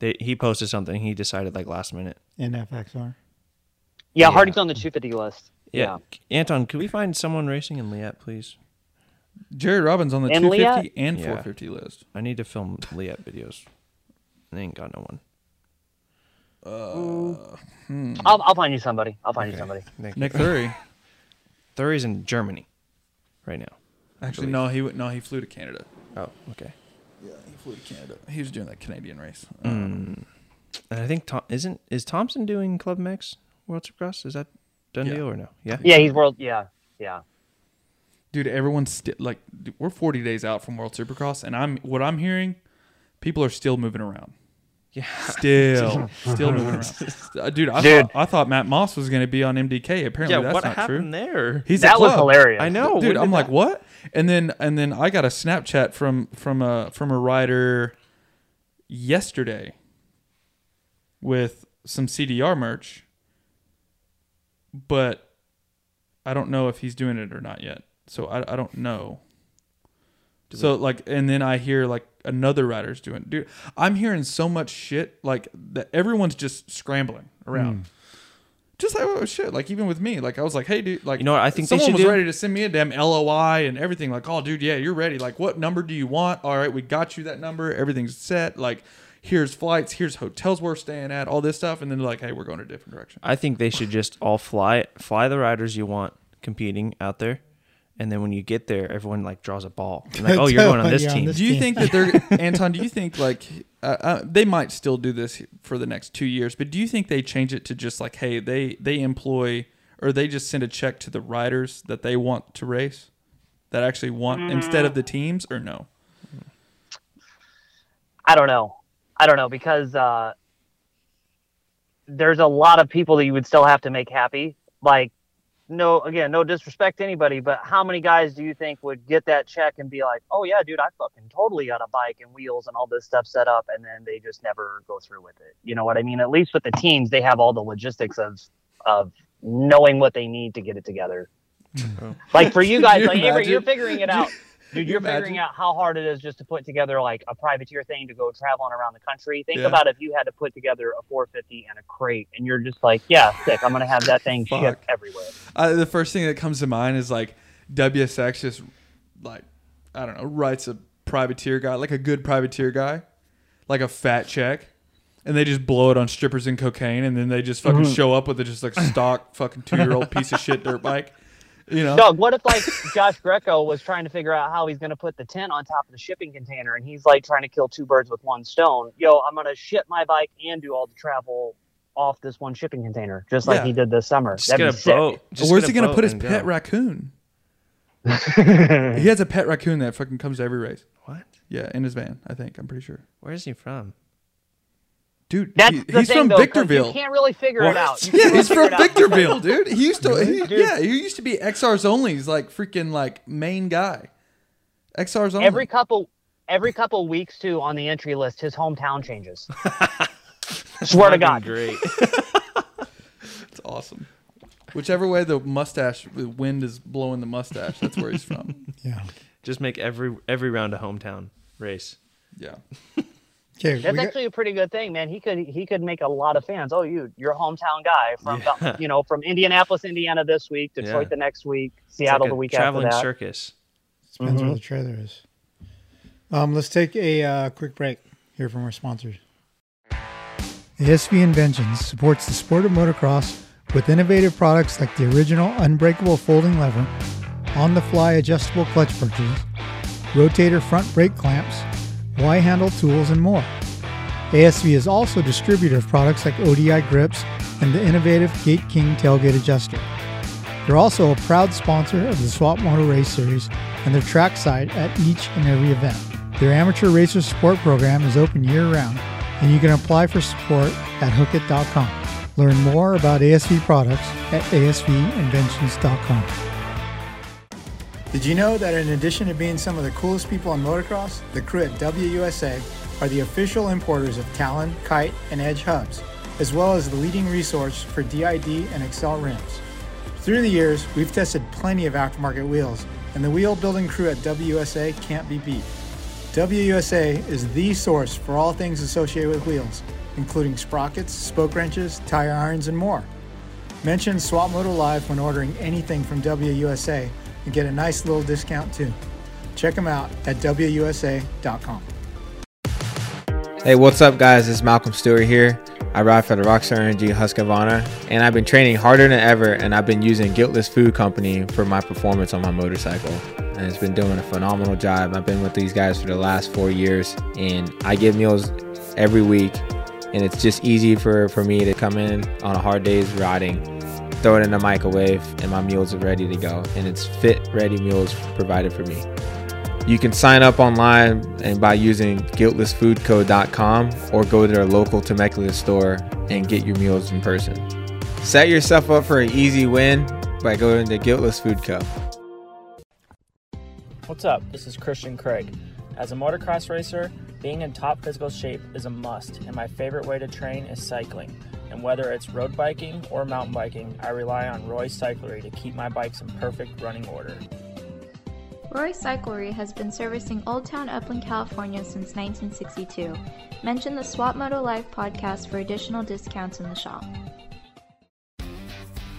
S3: They, he posted something. He decided like last minute.
S5: in FXR.
S4: Yeah, Hardy's on the 250 list.
S3: Yeah. Anton, could we find someone racing in Liat, please?
S2: Jared Robbins on the
S4: And
S2: 250 and
S3: Yeah.
S2: 450 list.
S3: I need to film Liat videos. I ain't got no one.
S4: I'll, I'll find you somebody. I'll find you somebody.
S3: Thank
S2: Nick
S3: Nick
S2: Thury.
S3: Thury's in Germany right now.
S2: Actually, no, he w- no, he flew to Canada.
S3: Oh, okay.
S2: Yeah, he flew to Canada. Mm. He was doing that Canadian race.
S3: And I think Tom isn't is Thompson doing Club Mex World Supercross? Is that done
S2: Yeah.
S3: deal or no? Yeah.
S4: Yeah, he's world. Yeah, yeah.
S2: dude, everyone's still like dude, we're 40 days out from World Supercross, and I'm what I'm hearing, people are still moving around.
S3: Yeah.
S2: Still, still moving around. Uh, Dude, I
S4: Dude.
S2: thought I thought Matt Moss was going to be on MDK. Apparently,
S3: Yeah,
S2: that's
S3: what
S2: not
S3: happened
S2: true.
S3: there?
S2: He's
S4: That
S2: at
S4: was
S2: club.
S4: hilarious.
S3: I know,
S2: dude.
S3: when
S2: I'm
S3: did
S2: like,
S3: that-
S2: what? And then and then I got a Snapchat from from a from a rider yesterday with some CDR merch, but I don't know if he's doing it or not yet. So I I don't know. So like, and then I hear like another rider's doing. Dude, I'm hearing so much shit like that. Everyone's just scrambling
S3: Hmm.
S2: around. Just like oh shit, like even with me, like I was like, hey dude, like
S3: You know what I think they
S2: someone
S3: should
S2: was
S3: do?
S2: ready to send me a damn LOI and everything. Like oh dude, yeah, you're ready. Like what number do you want? All right, we got you that number. Everything's set. Like here's flights, here's hotels we're staying at, all this stuff, and then like hey, we're going a different direction.
S3: I think they should just all fly fly the riders you want competing out there, and then when you get there, everyone like draws a ball. And like, oh, you're going on this
S5: You're on
S3: team.
S5: this-
S2: Do you
S5: Yeah.
S2: think that they're Anton? Do you think like uh, uh, they might still do this for the next two years? But do you think they change it to just like, hey, they they employ or they just send a check to the riders that they want to race, that actually want instead of the teams, or no?
S4: I don't know. I don't know because uh, there's a lot of people that you would still have to make happy. Like, no, again, no disrespect to anybody, but how many guys do you think would get that check and be like, "Oh yeah, dude, I fucking totally got a bike and wheels and all this stuff set up," and then they just never go through with it. You know what I mean? At least with the teams, they have all the logistics of of knowing what they need to get it together. Like for you
S2: Can
S4: guys,
S2: Mm. you
S4: like Avery,
S2: imagine?
S4: you're figuring it out. Dude,
S2: you
S4: you're figuring
S2: imagine?
S4: out how hard it is just to put together like a privateer thing to go traveling around the country. Think
S2: Yeah.
S4: about if you had to put together a 450 and a crate, and you're just like, yeah, sick. I'm gonna have that thing shipped
S2: Fuck.
S4: everywhere.
S2: Uh, the first thing that comes to mind is like WSX just like I don't know writes a privateer guy like a good privateer guy like a fat check and they just blow it on strippers and cocaine and then they just fucking show up with a just like stock fucking two year old piece of shit dirt bike You know,
S4: Doug, what if like Josh Greco was trying to figure out how he's going to put the tent on top of the shipping container, and he's like trying to kill two birds with one stone? Yo, I'm going to ship my bike and do all the travel off this one shipping container, just like
S2: Yeah.
S4: he did this summer.
S3: Just
S4: That'd
S3: get
S4: be
S3: a
S4: sick.
S3: boat. Just
S2: where's
S3: get
S2: he
S3: a
S2: gonna
S3: boat
S2: put his
S3: and
S2: pet
S3: go.
S2: raccoon? he has a pet raccoon that fucking comes to every race.
S3: What?
S2: Yeah, in his van, I think. I'm pretty sure.
S3: Where is he from?
S2: Oh Dude,
S4: That's
S2: he-
S4: the
S2: he's
S4: thing,
S2: from
S4: though, 'cause You
S2: Victorville.
S4: can't really figure
S3: What?
S4: it out. You
S2: Yeah,
S4: can't
S2: he's
S4: really
S2: from
S4: figure it
S2: Victorville,
S4: out.
S2: dude. He used to, he-
S4: Dude.
S2: yeah, he used to be XR's only's like freaking like main guy. XR's only.
S4: Every couple, every couple weeks too on the entry list, his hometown changes. Swear to God.
S3: Great.
S2: It's awesome. Whichever way the mustache, the wind is blowing the mustache, that's where he's from.
S1: Yeah.
S3: Just make every every round a hometown race.
S2: Yeah.
S1: Okay. we
S4: That's
S1: got-
S4: actually a pretty good thing, man. He could he could make a lot of fans. Oh, you, your hometown guy from
S3: Yeah.
S4: you know from Indianapolis, Indiana this week, Detroit
S3: Yeah.
S4: the next week,
S3: It's
S4: Seattle
S3: like
S4: the
S3: a
S4: week after
S3: traveling
S4: that.
S3: circus.
S1: Depends where the trailer is. Um, let's take a uh, quick break. Hear from our sponsors. ASV Inventions supports the sport of motocross with innovative products like the original unbreakable folding lever, on-the-fly adjustable clutch perches, rotator front brake clamps, Y-handle tools, and more. ASV is also a distributor of products like ODI grips and the innovative Gate King tailgate adjuster. They're also a proud sponsor of the Swap Moto Race Series and their trackside at each and every event. Their amateur racer support program is open year round, and you can apply for support at hookit.com. Learn more about ASV products at asvinventions.com. Did you know that in addition to being some of the coolest people in motocross, the crew at WUSA are the official importers of Talon, Kite, and Edge hubs, as well as the leading resource for DID and Excel rims? Through the years, we've tested plenty of aftermarket wheels, and the wheel building crew at WUSA can't be beat. WUSA is the source for all things associated with wheels, including sprockets, spoke wrenches, tire irons, and more. Mention Swap Moto Live when ordering anything from WUSA and get a nice little discount too. Check them out at WUSA.com.
S6: Hey, what's up, guys? It's Malcolm Stewart here. I ride for the Rockstar Energy Husqvarna, and I've been training harder than ever. And I've been using Guiltless Food Company for my performance on my motorcycle, and it's been doing a phenomenal job. I've been with these guys for the last four years, and I give meals every week, and it's just easy for for me to come in on a hard day's riding, throw it in the microwave, and my meals are ready to go. And it's fit, ready meals provided for me. You can sign up online and by using guiltlessfoodco.com or go to their local Temecula store and get your meals in person. Set yourself up for an easy win by going to Guiltless Food Co.
S7: What's up? This is Christian Craig. As a motocross racer, being in top physical shape is a must, and my favorite way to train is cycling. And whether it's road biking or mountain biking, I rely on Roy Cyclery to keep my bikes in perfect running order.
S8: Roy Cyclery has been servicing Old Town Upland, California since 1962. Mention the Swap Moto Live podcast for additional discounts in the shop.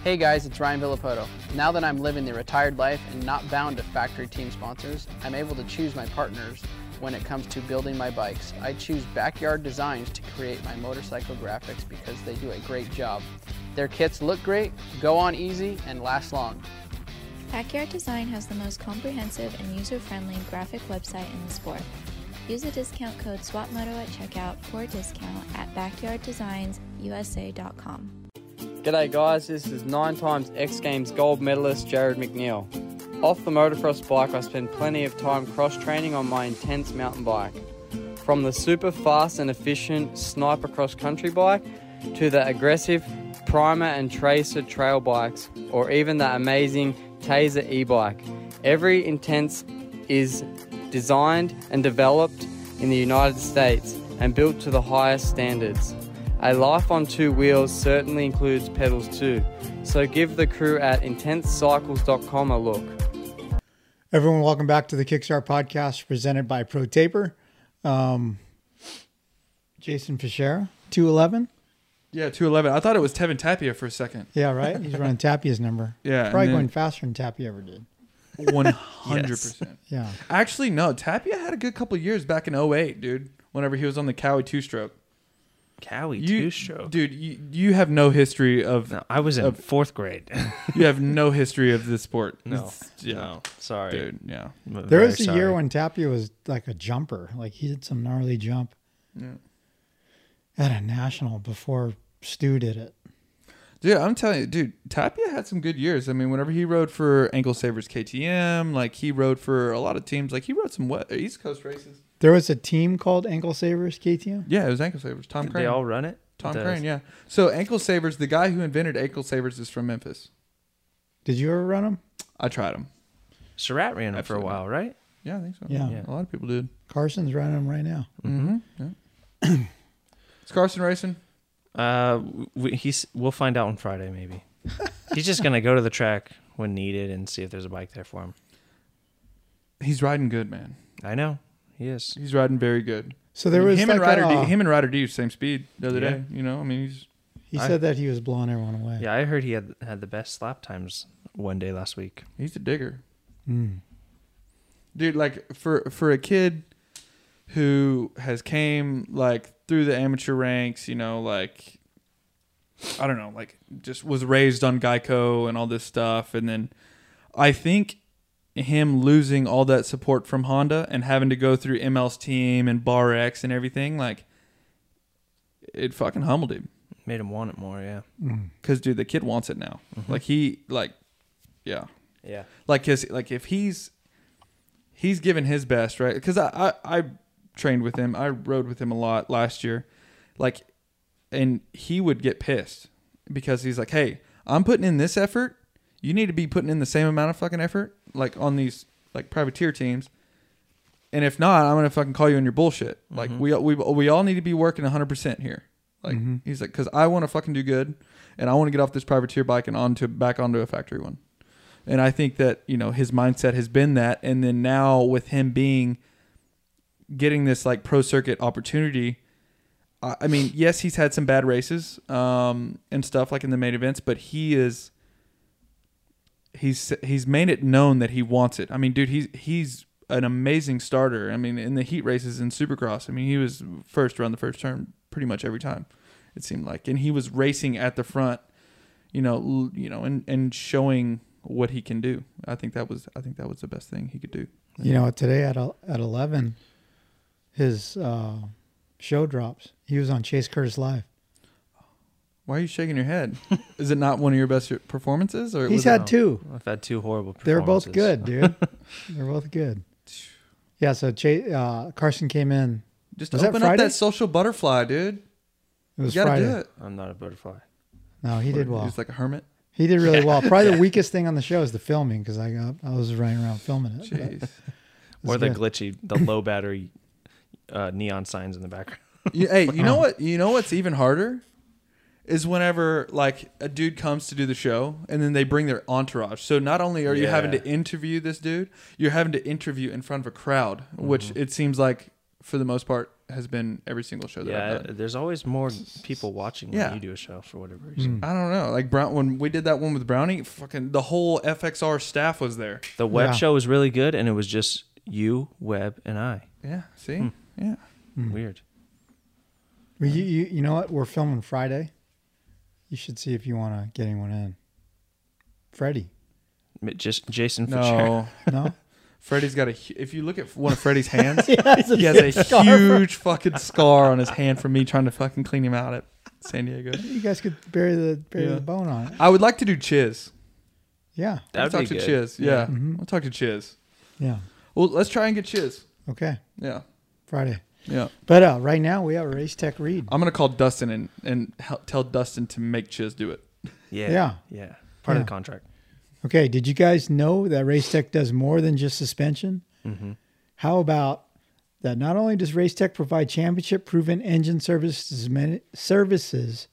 S9: Hey guys, it's Ryan Villapoto. Now that I'm living the retired life and not bound to factory team sponsors, I'm able to choose my partners when it comes to building my bikes. I choose Backyard Designs to create my motorcycle graphics because they do a great job. Their kits look great, go on easy, and last long.
S8: Backyard Design has the most comprehensive and user friendly graphic website in the sport. Use the discount code SWAPMOTO at checkout for a discount at backyarddesignsusa.com.
S9: G'day guys, this is nine times X Games gold medalist Jared McNeil. Off the motocross bike, I spend plenty of time cross training on my intense mountain bike. From the super fast and efficient sniper cross country bike to the aggressive primer and tracer trail bikes, or even the amazing Taser e bike. Every intense is designed and developed in the United States and built to the highest standards. A life on two wheels certainly includes pedals too, so give the crew at intensecycles.com a look.
S1: Everyone, welcome back to the Kickstart podcast presented by Pro Taper. Um, Jason Fischera, 211.
S2: Yeah, 211. I thought it was Tevin Tapia for a second.
S1: Yeah, right? He's running Tapia's number.
S2: Yeah,
S1: Probably
S2: and then-
S1: going faster than Tapia ever did.
S2: 100%.
S1: Yeah.
S2: Actually, no. Tapia had a good couple years back in 08, dude, whenever he was on the Cowie two stroke.
S3: Cowie
S2: You,
S3: two stroke.
S2: dude, you, you have no history of
S3: No, I was in
S2: Uh,
S3: fourth grade.
S2: you have no history of this sport.
S3: no,
S2: It's- yeah,
S3: no, sorry.
S2: dude, yeah.
S3: I'm
S1: There
S3: very
S1: was a
S3: sorry.
S1: year when Tapia was like a jumper. Like he did some gnarly jump at a national before Stu did it.
S2: Dude, I'm telling you, dude, Tapia had some good years. I mean, whenever he rode for Ankle Savers KTM, like he rode for a lot of teams, like he rode some wet, East Coast races.
S1: There was a team called Ankle Savers KTM.
S2: Yeah, it was Ankle Savers. Tom
S3: Did
S2: Crane.
S3: they all run it.
S2: Tom
S3: The-
S2: Crane, yeah. So Ankle Savers, the guy who invented Ankle Savers is from Memphis.
S1: Did you ever run them?
S2: I tried him.
S3: Surratt ran it for a
S2: Absolutely.
S3: while, right?
S2: Yeah, I think so.
S1: Yeah. Yeah.
S2: A lot of people did.
S1: Carson's running them right now.
S2: Is Carson racing?
S3: Uh, we, he's. We'll find out on Friday, maybe. he's just gonna go to the track when needed and see if there's a bike there for him.
S2: He's riding good, man.
S3: I know he is.
S2: He's riding very good.
S1: So there was
S2: him
S1: like
S2: and Ryder
S1: a, uh,
S2: D, him and Ryder D same speed the other
S3: Yeah.
S2: day. You know, I mean, he's
S1: He
S3: I-
S1: said that he was blowing everyone away.
S3: Yeah, I heard he had had the best lap times one day last week.
S2: He's a digger. Dude, like for for a kid who has came like through the amateur ranks, you know, like I don't know, like just was raised on Geico and all this stuff and then I think him losing all that support from Honda and having to go through ML's team and Bar X and everything, like it fucking humbled him
S3: Made him want it more. Yeah.
S2: cuz dude, the kid wants it now. Like he like yeah
S3: Yeah.
S2: like his like if he's he's given his best right because I, I i trained with him i rode with him a lot last year like and he would get pissed because he's like hey i'm putting in this effort you need to be putting in the same amount of fucking effort like on these like privateer teams and if not i'm gonna fucking call you on your bullshit like we, we we all need to be working 100% here like he's like because i want to fucking do good and i want to get off this privateer bike and onto back onto a factory one and I think that, you know, his mindset has been that. And then now with him being getting this like pro circuit opportunity, I, I mean, yes, he's had some bad races um, and stuff like in the main events, but he is he's he's made it known that he wants it. I mean, dude, he's he's an amazing starter. I mean, in the heat races in Supercross, I mean, he was first around the first turn pretty much every time. It seemed like, and he was racing at the front, you know, l- you know, and and showing what he can do. I think that was I think that was the best thing he could do.
S1: You know, today at el- at eleven, his uh, show drops. He was on Chase Curtis Live.
S2: Why are you shaking your head? Is it not one of your best performances? Or
S1: He's
S2: was it-
S1: had two.
S3: I've had two horrible.
S1: They're both
S3: performances.
S1: good, dude. They're both good. Yeah. So Chase, uh, Carson came in.
S2: just
S1: Was that
S2: open up
S1: Friday?
S2: that social butterfly, dude.
S1: It was
S2: you gotta
S1: Friday.
S2: do it.
S3: I'm not a butterfly.
S1: No, he did well.
S2: He's like a hermit.
S1: He did really well. Probably the weakest thing on the show is the filming because I got I was running around filming it. but
S2: Jeez.
S1: it's
S3: or the
S1: good.
S3: glitchy, the low battery uh, neon signs in the background.
S2: You- hey, you
S1: Oh.
S2: know what? You know what's even harder is whenever like a dude comes to do the show and then they bring their entourage. So not only are you having
S3: Yeah.
S2: to interview this dude, you're having to interview in front of a crowd, which
S3: Mm-hmm.
S2: it seems like for the most part has been every single show that
S3: Yeah,
S2: I've done.
S3: there's always more people watching when
S2: Yeah.
S3: you do a show for whatever reason.
S2: I don't know. Like Brown when we did that one with Brownie, fucking the whole FXR staff was there.
S3: The web
S1: Yeah.
S3: show was really good, and it was just you, Web, and I.
S2: Yeah, see? Yeah.
S3: Weird.
S1: Well, you, you you know what? We're filming Friday. You should see if you want to get anyone in. Freddie,
S3: M- Just Jason Fitzgerald.
S2: No.
S1: no,
S2: Freddie's got a hu- if you look at one of Freddie's hands,
S1: has a
S2: he has a huge fucking scar on his hand from me trying to fucking clean him out at San Diego.
S1: you guys could bury the bury
S2: Yeah.
S1: the bone on it.
S2: I would like to do Chiz.
S1: Yeah,
S3: That'd
S2: I'll
S3: be
S2: talk to
S3: good.
S2: Chiz. Yeah. Mm-hmm. I'll talk to Chiz.
S1: yeah.
S2: Well, let's try and get Chiz.
S1: Okay,
S2: Yeah.
S1: Friday.
S2: Yeah.
S1: But uh, right now we have a race tech read.
S2: I'm going to call Dustin and, and hel- tell Dustin to make Chiz do it.
S3: Yeah.
S1: Yeah.
S3: Yeah. Part
S1: Yeah.
S3: of the contract.
S1: Okay, did you guys know that Race Tech does more than just suspension? How about that? Not only does Race Tech provide championship-proven engine services many, services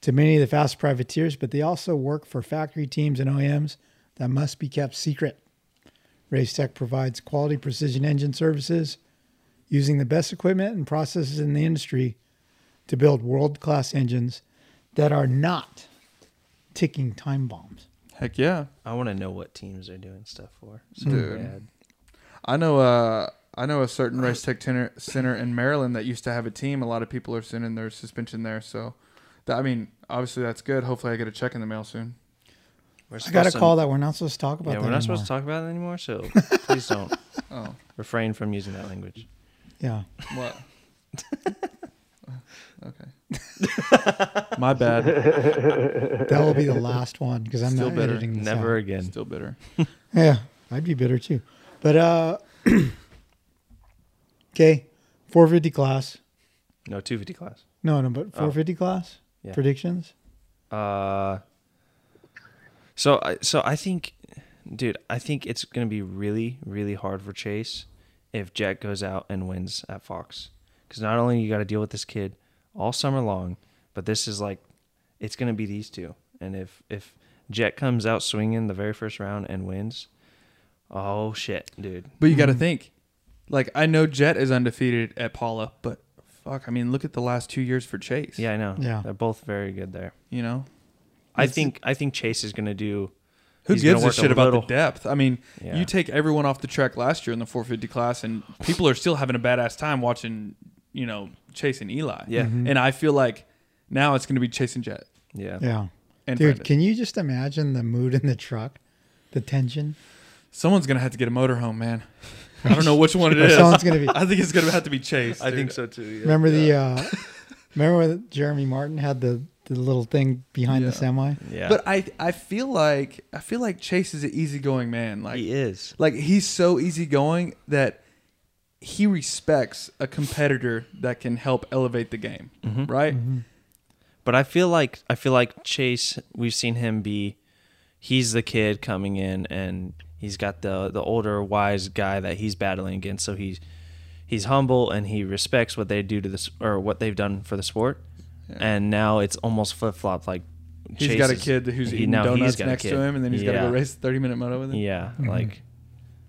S1: to many of the fast privateers, but they also work for factory teams and OEMs that must be kept secret. Race Tech provides quality precision engine services using the best equipment and processes in the industry to build world-class engines that are not ticking time bombs.
S2: Heck yeah.
S3: I want to know what teams they're doing stuff for. So
S2: Dude.
S3: bad.
S2: I know uh I know a certain race tech center, center in Maryland that used to have a team. A lot of people are sending their suspension there. So, that, I mean, obviously that's good. Hopefully, I get a check in the mail soon.
S1: I got a call that we're not supposed to talk about
S3: Yeah,
S1: that
S3: we're not
S1: anymore.
S3: supposed to talk about it anymore, so please don't
S2: Oh,
S3: refrain from using that language.
S1: Yeah.
S2: what? Uh, okay. My bad.
S1: That will be the last one because I'm
S2: Still
S1: not
S2: better.
S1: editing this
S3: Never
S1: out.
S3: again.
S2: Still bitter.
S1: Yeah, I'd be bitter too. But uh, okay, 450 class.
S3: No, 250 class.
S1: No, no, but 450 class
S3: Oh. Yeah.
S1: predictions.
S3: Uh, so I so I think, dude, I think it's gonna be really really hard for Chase if Jack goes out and wins at Fox because not only you got to deal with this kid all summer long, but this is like it's gonna be these two, and if if Jet comes out swinging the very first round and wins, oh shit, dude,
S2: But you got to think, like I know Jet is undefeated at Paula, but fuck, I mean, look at the last two years for Chase.
S3: yeah, I know,
S1: Yeah.
S3: they're both very good there.
S2: you know,
S3: I think I think Chase is gonna do.
S2: Who
S3: he's gonna
S2: gives a
S3: work
S2: shit about
S3: little-
S2: the depth? I mean,
S3: Yeah.
S2: you take everyone off the track last year in the 450 class, and people are still having a badass time watching, you know, Chase and Eli.
S3: Yeah.
S1: Mm-hmm.
S3: Mhm.
S2: And I feel like now it's going to be Chase and Jet.
S3: Yeah,
S1: Yeah.
S2: And
S1: Dude,
S2: Brandon.
S1: can you just imagine the mood in the truck? The tension?
S2: Someone's going to have to get a motorhome, man. I don't know which one it is.
S1: Someone's gonna be-
S2: I think it's going to have to be Chase. dude.
S3: so too. Yeah.
S1: Remember the uh remember when Jeremy Martin had the, the little thing behind the
S2: Yeah.
S1: semi?
S3: Yeah,
S2: But I, I feel like I feel like Chase is an easygoing man. Like
S3: he is.
S2: Like he's so easygoing that he respects a competitor that can help elevate the game,
S3: Mm-hmm.
S2: right?
S1: Mm-hmm.
S3: But I feel like I feel like Chase. We've seen him be. He's the kid coming in, and he's got the the older, wise guy that he's battling against. So he's he's humble and he respects what they do to this or what they've done for the sport. And now it's almost flip flop. Like
S2: He's
S3: Chase
S2: got a
S3: is-
S2: kid who's
S3: he-
S2: eating
S3: now he's
S2: donuts
S3: got a
S2: next to
S3: kid.
S2: him, and then he's got to
S3: Yeah.
S2: go race the thirty-minute moto with him.
S3: Yeah, like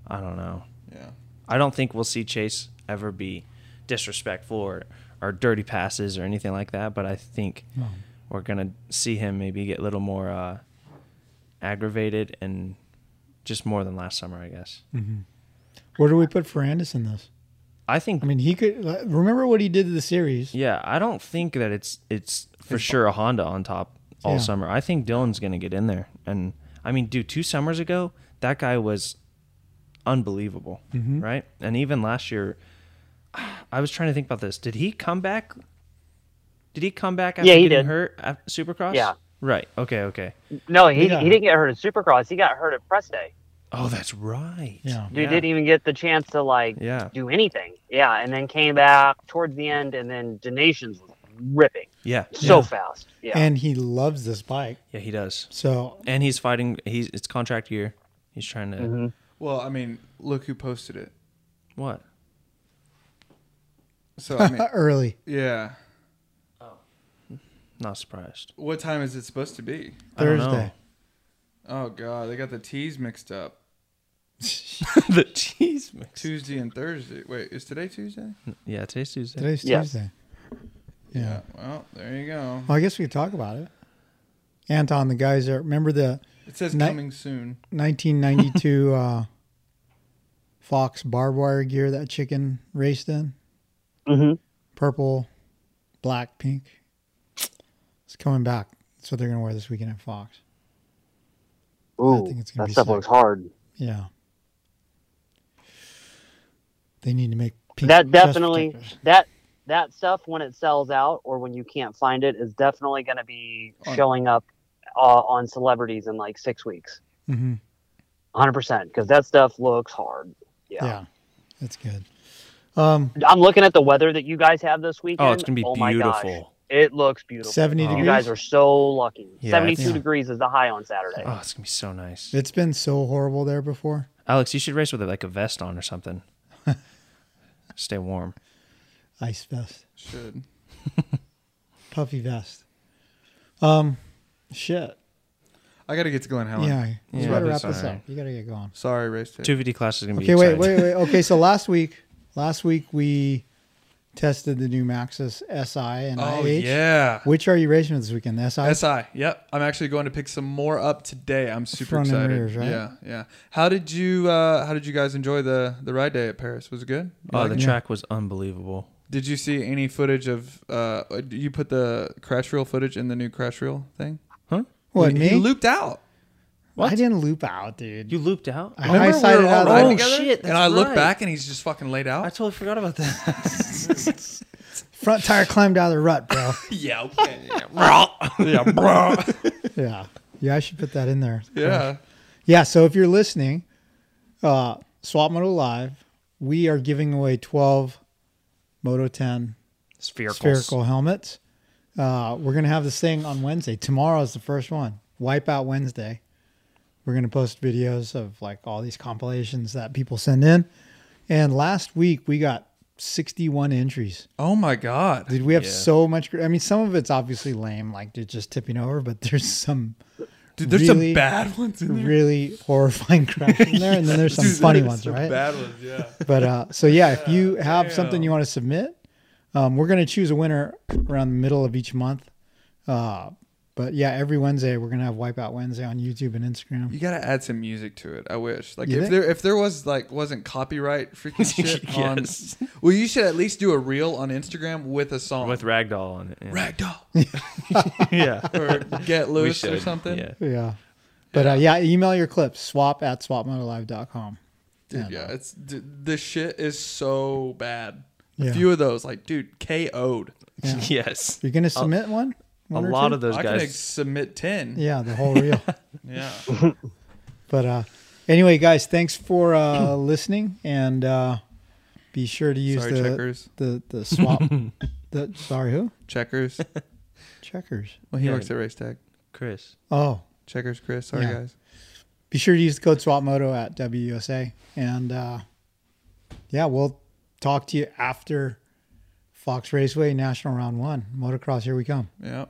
S3: I don't know.
S2: Yeah.
S3: I don't think we'll see Chase ever be disrespectful or, or dirty passes or anything like that. But I think we're gonna see him maybe get a little more uh, aggravated and just more than last summer, I guess.
S1: Where do we put Ferrandis in this?
S3: I think.
S1: I mean, he could like, remember what he did to the series.
S3: yeah, I don't think that it's it's for sure a Honda on top all
S1: Yeah.
S3: summer. I think Dylan's gonna get in there, and I mean, dude, two summers ago that guy was unbelievable, right? And even last year, I was trying to think about this. Did he come back? Did he come back after
S4: Yeah, he
S3: getting
S4: did.
S3: hurt at Supercross?
S4: Yeah.
S3: Right. Okay. Okay.
S4: No, he,
S1: Yeah.
S4: he didn't get hurt at Supercross. He got hurt at press day.
S3: Oh, that's right.
S1: Yeah.
S4: Dude didn't even get the chance to like
S3: Yeah.
S4: do anything. Yeah, and then came back towards the end, and then Donations was ripping
S3: Yeah.
S4: so
S1: Yeah.
S4: fast. Yeah,
S1: And he loves this bike.
S3: Yeah. He does.
S1: So,
S3: And he's fighting. He's it's contract year. He's trying to
S4: Mm-hmm.
S2: Well, I mean, look who posted it.
S3: what?
S2: So I mean,
S1: uh, early.
S2: yeah.
S3: Not surprised.
S2: What time is it supposed to be?
S3: I don't know.
S1: Thursday.
S2: Oh God, they got the teas mixed up.
S3: the cheese mix.
S2: Tuesday and Thursday. Wait, is today Tuesday?
S3: Yeah, today's Tuesday.
S1: Today's
S4: Yes.
S1: Tuesday. Yeah.
S2: Well, there you go.
S1: Well, I guess we could talk about it. Anton, the guys are remember the
S2: It says
S1: Night-
S2: coming soon.
S1: 1992 uh, Fox barbed wire gear that chicken raced in.
S4: Mhm.
S1: Purple, black, pink. It's coming back. That's what they're gonna wear this weekend at Fox.
S4: Ooh,
S1: think it's gonna
S4: that
S1: be
S4: stuff
S1: sick.
S4: looks hard.
S1: Yeah. They need to make pink
S4: that
S1: chest
S4: definitely
S1: protectors.
S4: that that stuff when it sells out or when you can't find it is definitely going to be
S2: On-
S4: showing up uh, on celebrities in like six weeks
S1: Mhm.
S4: 100% because that stuff looks hard yeah.
S1: Yeah, that's good. Um,
S4: i'm looking at the weather that you guys have this weekend
S3: Oh, it's gonna be
S4: my gosh.
S3: beautiful. Oh.
S4: it looks beautiful
S1: 70
S4: you
S1: degrees.
S4: guys are so lucky
S3: Yeah,
S4: 72
S1: it's-
S4: degrees is the high on saturday
S3: Oh, it's gonna be so nice.
S1: It's been so horrible there before.
S3: Alex, you should race with like a vest on or something. Stay warm.
S1: Ice vest,
S2: Should.
S1: puffy vest. Um, shit.
S2: I got to get to Glen Helen.
S1: Yeah, you
S3: Yeah,
S1: gotta wrap
S3: that's
S1: this
S3: alright.
S1: up. You gotta get going.
S2: Sorry, race day.
S3: Two fifty class is gonna be
S1: Okay, wait,
S3: exciting.
S1: wait, wait. Okay, so last week, last week we tested the new Maxxis SI and
S2: Oh
S1: IH.
S2: yeah.
S1: Which are you racing with this weekend? The SI?
S2: SI. Yep. I'm actually going to pick some more up today. I'm super
S1: Front and
S2: excited.
S1: rears, right?
S2: Yeah, yeah. How did you uh how did you guys enjoy the the ride day at Paris? Was it good? You
S3: Oh,
S2: like
S3: the
S2: it?
S3: track was unbelievable.
S2: Did you see any footage of uh do you put the crash reel footage in the new crash reel thing?
S1: what,
S2: he,
S1: me?
S2: he looped out.
S1: I didn't loop out, dude.
S3: You looped out.
S1: I Remember high-sided we were all out of riding
S3: Oh
S1: it.
S3: shit!
S2: and I look back and he's just fucking laid
S3: I
S2: out.
S3: totally forgot about that.
S1: Front tire climbed out of the rut, bro.
S2: yeah, okay. yeah, bro.
S1: yeah. Yeah, I should put that in there.
S2: yeah.
S1: Yeah, so if you're listening, uh, Swap Moto Live, we are giving away 12 Moto 10
S3: Spherical.
S1: spherical helmets. Uh, we're going to have this thing on Wednesday. Tomorrow is the first one, Wipeout Wednesday. We're going to post videos of like all these compilations that people send in. And last week we got 61 entries.
S2: Oh my god.
S1: Dude, we have so much. gr- I mean, some of it's obviously lame, like it's just tipping over, but there's some
S2: Dude, there's
S1: Really?
S2: some bad ones in there.
S1: really horrifying crap in there, and then there's some
S2: Dude,
S1: funny
S2: there's
S1: ones,
S2: some
S1: right?
S2: Bad ones, yeah.
S1: But uh, so yeah, if you have something you want to submit, um, we're gonna choose a winner around the middle of each month. Uh, but yeah, every Wednesday we're gonna have Wipeout Wednesday on YouTube and Instagram.
S2: You gotta add some music to it. I wish. Like
S1: You
S2: if
S1: think?
S2: there if there was like wasn't copyright freaking shit on. Well, you should at least do a reel on Instagram with a song
S3: with ragdoll on it. Yeah.
S2: ragdoll
S3: yeah.
S2: or get
S3: We
S2: loose
S3: should.
S2: or something.
S3: Yeah.
S1: Yeah. But uh, yeah, email your clips swap at swapmotolive.com.
S2: Dude, yeah, it's d- this shit is so bad.
S1: Yeah.
S2: A few of those, like dude, KO'd.
S3: Yes.
S1: You're gonna submit one?
S3: A
S1: One or
S3: lot
S1: two?
S3: of those
S2: I can ex-
S3: guys.
S2: submit ten.
S1: yeah, the whole reel.
S2: Yeah.
S1: But uh, anyway, guys, thanks for uh, listening, and uh, be sure to use
S2: Sorry,
S1: the,
S2: checkers.
S1: the the swap. the sorry, who
S2: Checkers.
S1: checkers?
S2: Well, he
S3: Yeah.
S2: works at Race Tag.
S3: Chris.
S1: Oh,
S2: Checkers, Chris. Sorry,
S1: Yeah.
S2: guys.
S1: be sure to use the code SWAPMoto at WUSA, and uh, yeah, we'll talk to you after Fox Raceway National Round One Motocross. Here we come.
S2: Yep.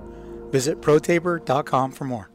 S5: Visit protaper.com for more.